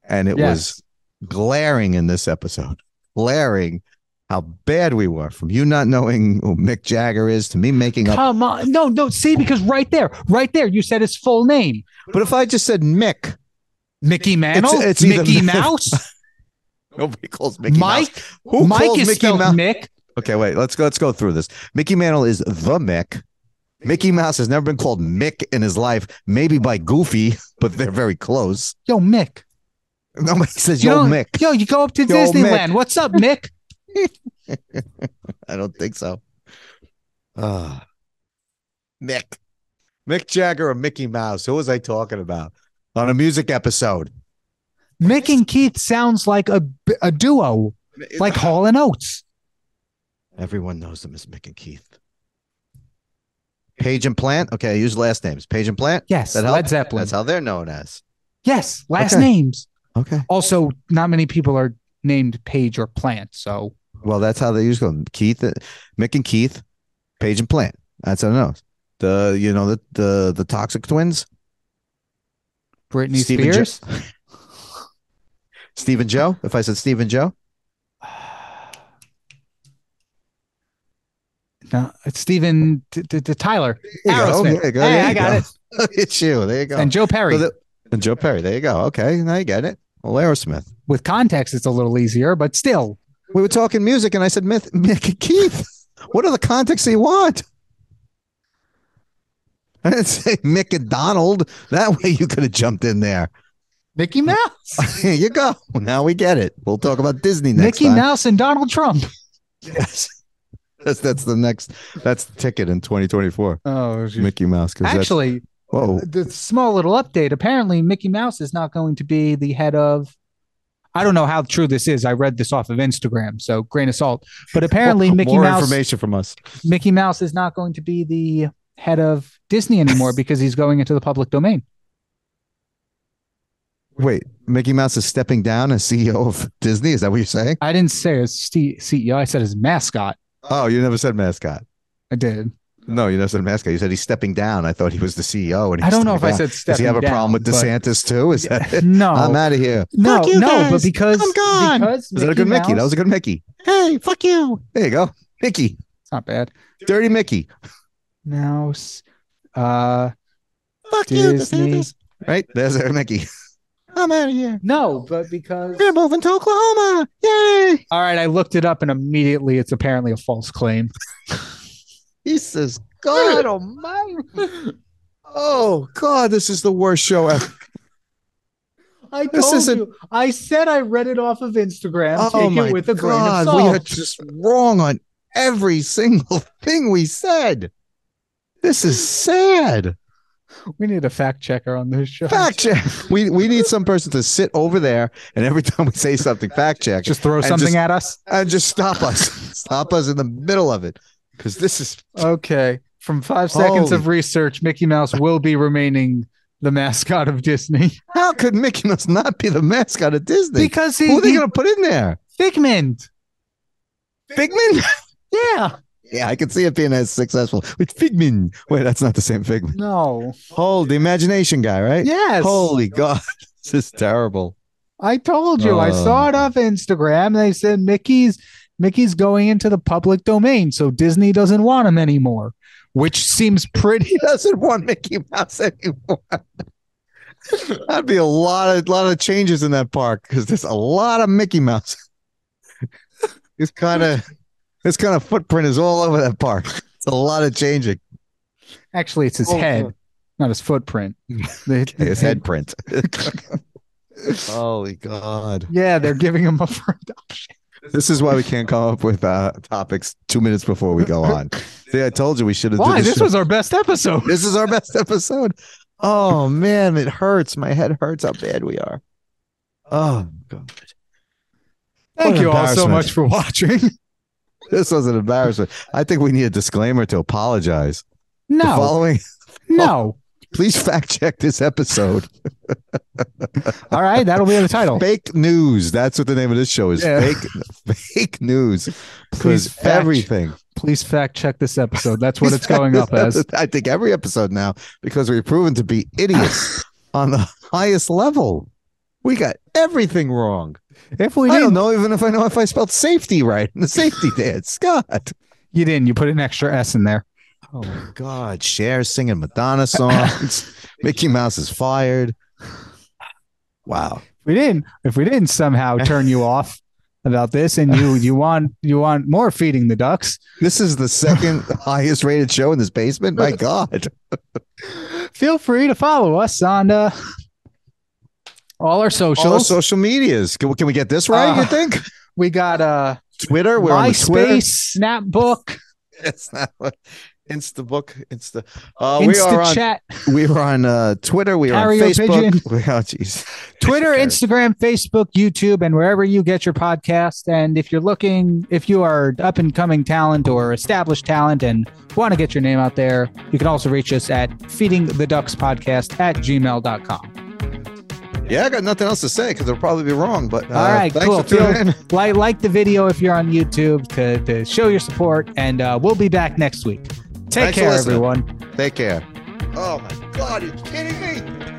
[SPEAKER 2] And it
[SPEAKER 1] Yes.
[SPEAKER 2] was glaring in this episode, glaring how bad we were from you not knowing who Mick Jagger is to me making up.
[SPEAKER 1] Come on. No, no. See, because right there, right there, you said his full name
[SPEAKER 2] But if I just said Mick,
[SPEAKER 1] Mickey Mantle,
[SPEAKER 2] it's either-
[SPEAKER 1] Mickey Mouse,
[SPEAKER 2] nobody calls Mickey Mouse.
[SPEAKER 1] Mike.
[SPEAKER 2] Who
[SPEAKER 1] Mike
[SPEAKER 2] calls
[SPEAKER 1] is
[SPEAKER 2] Mickey
[SPEAKER 1] spelled
[SPEAKER 2] Mouse?
[SPEAKER 1] Mick.
[SPEAKER 2] Okay, wait. Let's go. Let's go through this. Mickey Mantle is the Mick. Mickey Mouse has never been called Mick in his life, maybe by Goofy, but they're very close.
[SPEAKER 1] Yo, Mick.
[SPEAKER 2] Nobody says
[SPEAKER 1] You
[SPEAKER 2] Yo
[SPEAKER 1] know-
[SPEAKER 2] Mick.
[SPEAKER 1] Yo, you go up to
[SPEAKER 2] Yo, Mick.
[SPEAKER 1] Disneyland. What's up, Mick?
[SPEAKER 2] I don't think so. Ah, Mick, Mick Jagger or Mickey Mouse? Who was I talking about on a music episode?
[SPEAKER 1] Mick and Keith sounds like a, a duo, like Hall and Oates.
[SPEAKER 2] everyone knows them as Mick and Keith. Page and Plant. Okay, I use last names. Page and Plant.
[SPEAKER 1] Yes,
[SPEAKER 2] That
[SPEAKER 1] Led
[SPEAKER 2] helps.
[SPEAKER 1] Zeppelin.
[SPEAKER 2] That's how they're known as.
[SPEAKER 1] yes, last
[SPEAKER 2] Okay.
[SPEAKER 1] names.
[SPEAKER 2] Okay.
[SPEAKER 1] Also, not many people are named Page or Plant, so
[SPEAKER 2] Well, that's how they use them. Keith, uh, Mick and Keith, Page and Plant. That's how it knows. The you know the the the Toxic Twins,
[SPEAKER 1] Britney
[SPEAKER 2] Stephen Jo-
[SPEAKER 1] Spears.
[SPEAKER 2] Steve and Joe. If I said Steve and Joe,
[SPEAKER 1] no, it's Stephen t- t- t- Tyler
[SPEAKER 2] There you go.
[SPEAKER 1] Aerosmith.
[SPEAKER 2] There you go.
[SPEAKER 1] Hey,
[SPEAKER 2] There
[SPEAKER 1] I
[SPEAKER 2] you
[SPEAKER 1] got
[SPEAKER 2] go.
[SPEAKER 1] it.
[SPEAKER 2] Look at you. There you go.
[SPEAKER 1] and Joe Perry.
[SPEAKER 2] So the- and Joe Perry. There you go. Okay, now you get it. Well, Aerosmith.
[SPEAKER 1] With context, it's a little easier, but still,
[SPEAKER 2] We were talking music, and I said Myth, Mick and Keith. What are the contexts you want? I didn't say Mick and Donald. That way you could have jumped in there.
[SPEAKER 1] Mickey Mouse,
[SPEAKER 2] Here you go. Now we get it. We'll talk about Disney next
[SPEAKER 1] Mickey
[SPEAKER 2] time.
[SPEAKER 1] Mouse, and Donald Trump.
[SPEAKER 2] Yes. That's that's the next that's the ticket in 2024.
[SPEAKER 1] Oh,
[SPEAKER 2] Mickey Mouse. 'cause that's-
[SPEAKER 1] actually,
[SPEAKER 2] whoa,
[SPEAKER 1] the small little update. Apparently, Mickey Mouse is not going to be the head of. I don't know how true this is. I read this off of Instagram, so grain of salt. But apparently, Mickey
[SPEAKER 2] more
[SPEAKER 1] Mouse
[SPEAKER 2] information from us.
[SPEAKER 1] Mickey Mouse is not going to be the head of Disney anymore because he's going into the public domain.
[SPEAKER 2] Wait, Mickey Mouse is stepping down as CEO of Disney. Is that what you're saying?
[SPEAKER 1] I didn't say his C- CEO. I said his mascot.
[SPEAKER 2] Oh, you never said mascot.
[SPEAKER 1] I did.
[SPEAKER 2] No, you never said mascot. You said he's stepping down. I thought he was the CEO. And
[SPEAKER 1] I
[SPEAKER 2] he's
[SPEAKER 1] don't know if
[SPEAKER 2] stepping
[SPEAKER 1] I
[SPEAKER 2] down.
[SPEAKER 1] said.
[SPEAKER 2] Does he have a
[SPEAKER 1] stepping
[SPEAKER 2] problem
[SPEAKER 1] down,
[SPEAKER 2] with
[SPEAKER 1] but-
[SPEAKER 2] DeSantis too? Is that it?
[SPEAKER 1] No,
[SPEAKER 2] I'm out of here.
[SPEAKER 1] no,
[SPEAKER 2] Fuck you
[SPEAKER 1] no. But
[SPEAKER 2] guys.
[SPEAKER 1] because
[SPEAKER 2] I'm gone.
[SPEAKER 1] because
[SPEAKER 2] Was that a good Mickey? That
[SPEAKER 1] Mouse-
[SPEAKER 2] was a good Mickey. Hey, fuck you. There you go, Mickey.
[SPEAKER 1] it's not bad.
[SPEAKER 2] Dirty Mickey.
[SPEAKER 1] Mouse, uh,
[SPEAKER 2] Fuck
[SPEAKER 1] Disney.
[SPEAKER 2] Right there's our Mickey. I'm out of here.
[SPEAKER 1] No, but because
[SPEAKER 2] moving to Oklahoma. Yay!
[SPEAKER 1] All right, I looked it up and immediately it's apparently a false claim.
[SPEAKER 2] Jesus God Almighty! Oh God, this is the worst show ever.
[SPEAKER 1] I
[SPEAKER 2] This
[SPEAKER 1] told
[SPEAKER 2] isn't-
[SPEAKER 1] you. I said I read it off of Instagram.
[SPEAKER 2] Oh
[SPEAKER 1] Take
[SPEAKER 2] my
[SPEAKER 1] it with a grain of
[SPEAKER 2] God,
[SPEAKER 1] salt.
[SPEAKER 2] we are just wrong on every single thing we said. This is sad.
[SPEAKER 1] We need a fact checker on this show.
[SPEAKER 2] Fact check. We we need some person to sit over there, and every time we say something, fact check.
[SPEAKER 1] Just throw
[SPEAKER 2] And
[SPEAKER 1] something
[SPEAKER 2] just-
[SPEAKER 1] at us.
[SPEAKER 2] and just stop us. Stop us in the middle of it. Because this is
[SPEAKER 1] Okay. From five seconds of research, Mickey Mouse will be remaining the mascot of Disney
[SPEAKER 2] how could Mickey Mouse not be the mascot of Disney?
[SPEAKER 1] because he,
[SPEAKER 2] Who are they
[SPEAKER 1] he
[SPEAKER 2] gonna put in there?
[SPEAKER 1] Figment.
[SPEAKER 2] Figman?
[SPEAKER 1] Yeah.
[SPEAKER 2] Yeah, I could see it being as successful. With Figman. Wait, that's not the same Figman.
[SPEAKER 1] No.
[SPEAKER 2] Hold the imagination guy, right?
[SPEAKER 1] Yes.
[SPEAKER 2] Holy God. This is terrible.
[SPEAKER 1] I told you. I saw it
[SPEAKER 2] Oh.
[SPEAKER 1] off Instagram. They said Mickey's Mickey's going into the public domain, so Disney doesn't want him anymore, which seems pretty.
[SPEAKER 2] He doesn't want Mickey Mouse anymore. That'd be a lot of lot of changes in that park because there's a lot of Mickey Mouse. It's kind of this kind of footprint is all over that park. It's a lot of changing.
[SPEAKER 1] Actually, it's his
[SPEAKER 2] Oh,
[SPEAKER 1] head,
[SPEAKER 2] God.
[SPEAKER 1] not his footprint. The- the
[SPEAKER 2] His
[SPEAKER 1] head-
[SPEAKER 2] head print. Holy God!
[SPEAKER 1] Yeah, they're giving him up for adoption.
[SPEAKER 2] This is why we can't come up with uh, topics two minutes before we go on. See, I told you we should have.
[SPEAKER 1] Why?
[SPEAKER 2] did
[SPEAKER 1] This
[SPEAKER 2] show-
[SPEAKER 1] was our best episode.
[SPEAKER 2] this is our best episode. Oh man, it hurts. My head hurts how bad we are. Oh god.
[SPEAKER 1] Thank
[SPEAKER 2] an
[SPEAKER 1] you all so
[SPEAKER 2] embarrassment.
[SPEAKER 1] much for watching.
[SPEAKER 2] This was an embarrassment. I think we need a disclaimer to apologize. The
[SPEAKER 1] No,
[SPEAKER 2] following
[SPEAKER 1] no.
[SPEAKER 2] please fact check this episode.
[SPEAKER 1] All right, that'll be the title.
[SPEAKER 2] Fake news. That's what the name of this show is.
[SPEAKER 1] Yeah.
[SPEAKER 2] Fake fake news.
[SPEAKER 1] Please
[SPEAKER 2] Because
[SPEAKER 1] fact-
[SPEAKER 2] everything.
[SPEAKER 1] Please fact check this episode. That's what it's going
[SPEAKER 2] This
[SPEAKER 1] up as.
[SPEAKER 2] episode- I think every episode now, because we've proven to be idiots on the highest level. We got everything wrong.
[SPEAKER 1] If we
[SPEAKER 2] I don't
[SPEAKER 1] didn't,
[SPEAKER 2] know even if I know if I spelled safety right in the safety dance. Scott.
[SPEAKER 1] you didn't. You put an extra S in there.
[SPEAKER 2] Oh my God. Cher singing Madonna songs. Mickey Mouse is fired. Wow.
[SPEAKER 1] If we didn't. If we didn't somehow turn you off, about this, and you you want you want more feeding the ducks.
[SPEAKER 2] This is the second highest rated show in this basement. My God.
[SPEAKER 1] Feel free to follow us on uh, all our socials.
[SPEAKER 2] All our social medias. Can, we- can we get this right,
[SPEAKER 1] Uh,
[SPEAKER 2] you think?
[SPEAKER 1] we got uh,
[SPEAKER 2] Ah, Twitter, we're on the Twitter.
[SPEAKER 1] MySpace, Snapbook,
[SPEAKER 2] It's not what Instabook, Insta. Uh, we are on
[SPEAKER 1] InstaChat,
[SPEAKER 2] we are on uh, Twitter, we are on
[SPEAKER 1] Carrier
[SPEAKER 2] Facebook.
[SPEAKER 1] pigeon.
[SPEAKER 2] We- oh jeez.
[SPEAKER 1] Twitter,
[SPEAKER 2] Okay.
[SPEAKER 1] Instagram, Facebook, YouTube, and wherever you get your podcast. And if you're looking, if you are up and coming talent or established talent and want to get your name out there, you can also reach us at feedingtheduckspodcast at gmail.com.
[SPEAKER 2] Yeah, I got nothing else to say because I'll probably be wrong. But uh,
[SPEAKER 1] All right,
[SPEAKER 2] thanks
[SPEAKER 1] cool.
[SPEAKER 2] for tuning
[SPEAKER 1] Feel-
[SPEAKER 2] in.
[SPEAKER 1] Like, like the video if you're on YouTube to, to show your support. And uh, we'll be back next week. Take
[SPEAKER 2] Thanks for
[SPEAKER 1] care,
[SPEAKER 2] listening.
[SPEAKER 1] everyone.
[SPEAKER 2] Take care. Oh my God, are you kidding me?